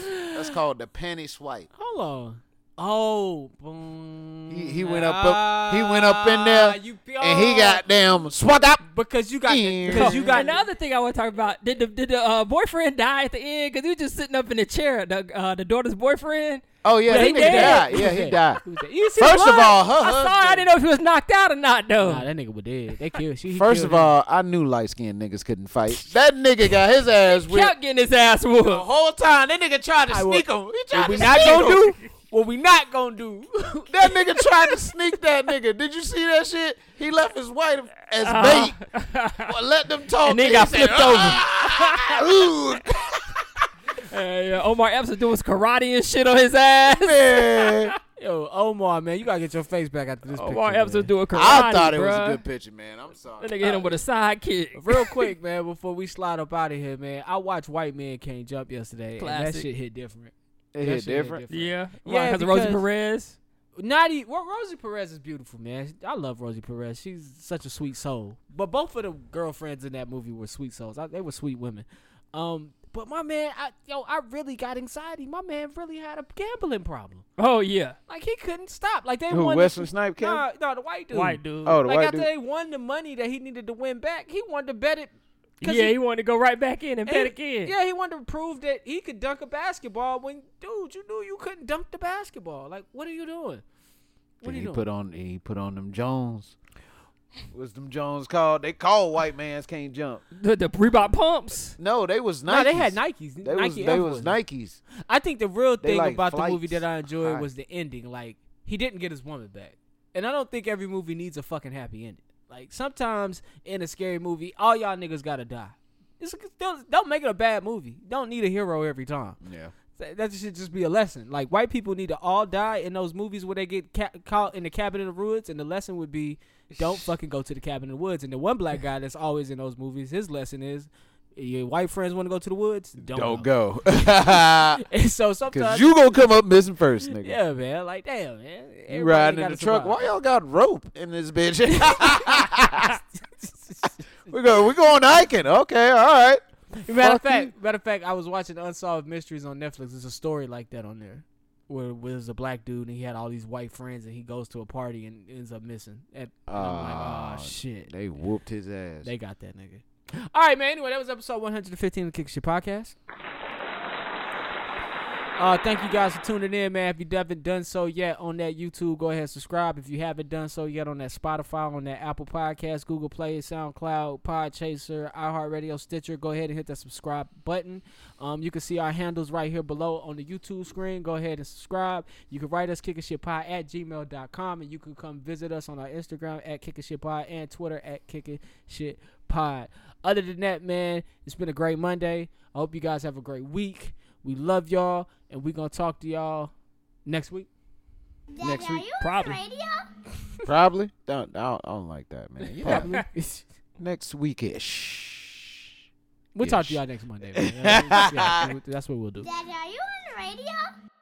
That's called the panty swipe. Hold on. Oh, boom. He, he went up, up he went up in there Ah, you- and he got damn swat up. because you got the- Yeah. because you got And the other thing I want to talk about did the did the uh, boyfriend die at the end? Cause he was just sitting up in the chair. The uh, the daughter's boyfriend. Oh yeah, Yeah, that he nigga dead. died. Yeah, he died. Who's that? You see the First of blood? all, her I saw. husband- I didn't know if he was knocked out or not though. nah, that nigga was dead. They killed. She he First killed of all, I knew light skinned niggas couldn't fight. That nigga got his ass whipped Kept getting his ass the whooped. whole time. That nigga tried to I will- sneak him. He him. tried What we to not sneak gonna him. do. (laughs) What we not gonna (laughs) do? That nigga tried to sneak that nigga. Did you see that shit? He left his wife as bait. Well, let them talk. And then He got said, flipped "Ah, ooh." Uh, Omar Epps was doing karate and shit on his ass. Man, Yo, Omar, man, you gotta get your face back after this. Omar picture, Epps was man. doing karate. I thought it was bruh. a good picture, man. I'm sorry. That nigga hit him with a sidekick. (laughs) Real quick, man, before we slide up out of here, man, I watched White Men Can't Jump yesterday, and that Classic. shit hit different. It That hit shit hit different. Yeah. Yeah, Yeah. Because of Rosie because- Perez. Not e well, Rosie Perez is beautiful, man. I love Rosie Perez. She's such a sweet soul. But both of the girlfriends in that movie were sweet souls. I, they were sweet women. Um, but my man, I, yo, I really got anxiety. My man really had a gambling problem. Oh yeah. Like he couldn't stop. Like they Who, won Wesley Snipes killed Nah, no, the white dude. White dude. Oh, the like white after dude. they won the money that he needed to win back, he wanted to bet it. 'cause Yeah, he, wanted to go right back in and bet and- again. Yeah, he wanted to prove that he could dunk a basketball. When dude, you knew you couldn't dunk the basketball. Like, what are you doing? What are he you doing? put on he put on them Jones. What's them Jones called? They call white mans can't jump. The, the Reebok pumps. No, they was Nikes. No, they had Nikes. They Nike was they Air was Forces. Nikes. I think the real They thing like about the movie flights. that I enjoyed High. was the ending. Like he didn't get his woman back, and I don't think every movie needs a fucking happy ending. Like sometimes in a scary movie, all y'all niggas gotta die. It's, don't, don't make it a bad movie. Don't need a hero every time. Yeah. That that should just be a lesson. Like white people need to all die in those movies where they get ca- caught in the cabin in the woods, and the lesson would be, (laughs) don't fucking go to the cabin in the woods. And the one black guy that's always in those movies, his lesson is, your white friends want to go to the woods, don't, Don't go. (laughs) Because (laughs) And so sometimes, you going to come up missing first, nigga. yeah, man, like damn, man, You Everybody riding in gotta the truck. survive. Why y'all got rope in this (laughs) bitch? (laughs) we go. We going hiking. Okay. All right. Matter of Fuck fact, matter of fact, I was watching Unsolved Mysteries on Netflix. There's a story like that on there, where, where there's a black dude and he had all these white friends, and he goes to a party and ends up missing. And, and I'm like, Ah, oh shit, They whooped his ass. they got that nigga. All right, man. Anyway, that was episode 115 of the Kick Shit Podcast. Uh, thank you guys for tuning in, man. If you haven't done so yet on that YouTube, go ahead and subscribe. If you haven't done so yet on that Spotify, on that Apple Podcast, Google Play, SoundCloud, Podchaser, iHeartRadio, Stitcher, go ahead and hit that subscribe button. Um, you can see our handles right here below on the YouTube screen. Go ahead and subscribe. You can write us kickashitpod at gmail.com and you can come visit us on our Instagram at kickashitpod and Twitter at kickashitpod. Other than that, man, it's been a great Monday. I hope you guys have a great week. We love y'all, and we're gonna talk to y'all next week. Dad, Next are week. you Probably. on the radio? Probably. Don't. I don't, I don't like that, man. You know, Probably. next weekish. we'll talk to y'all next Monday. Man. Yeah, that's what we'll do. Dad, are you on the radio?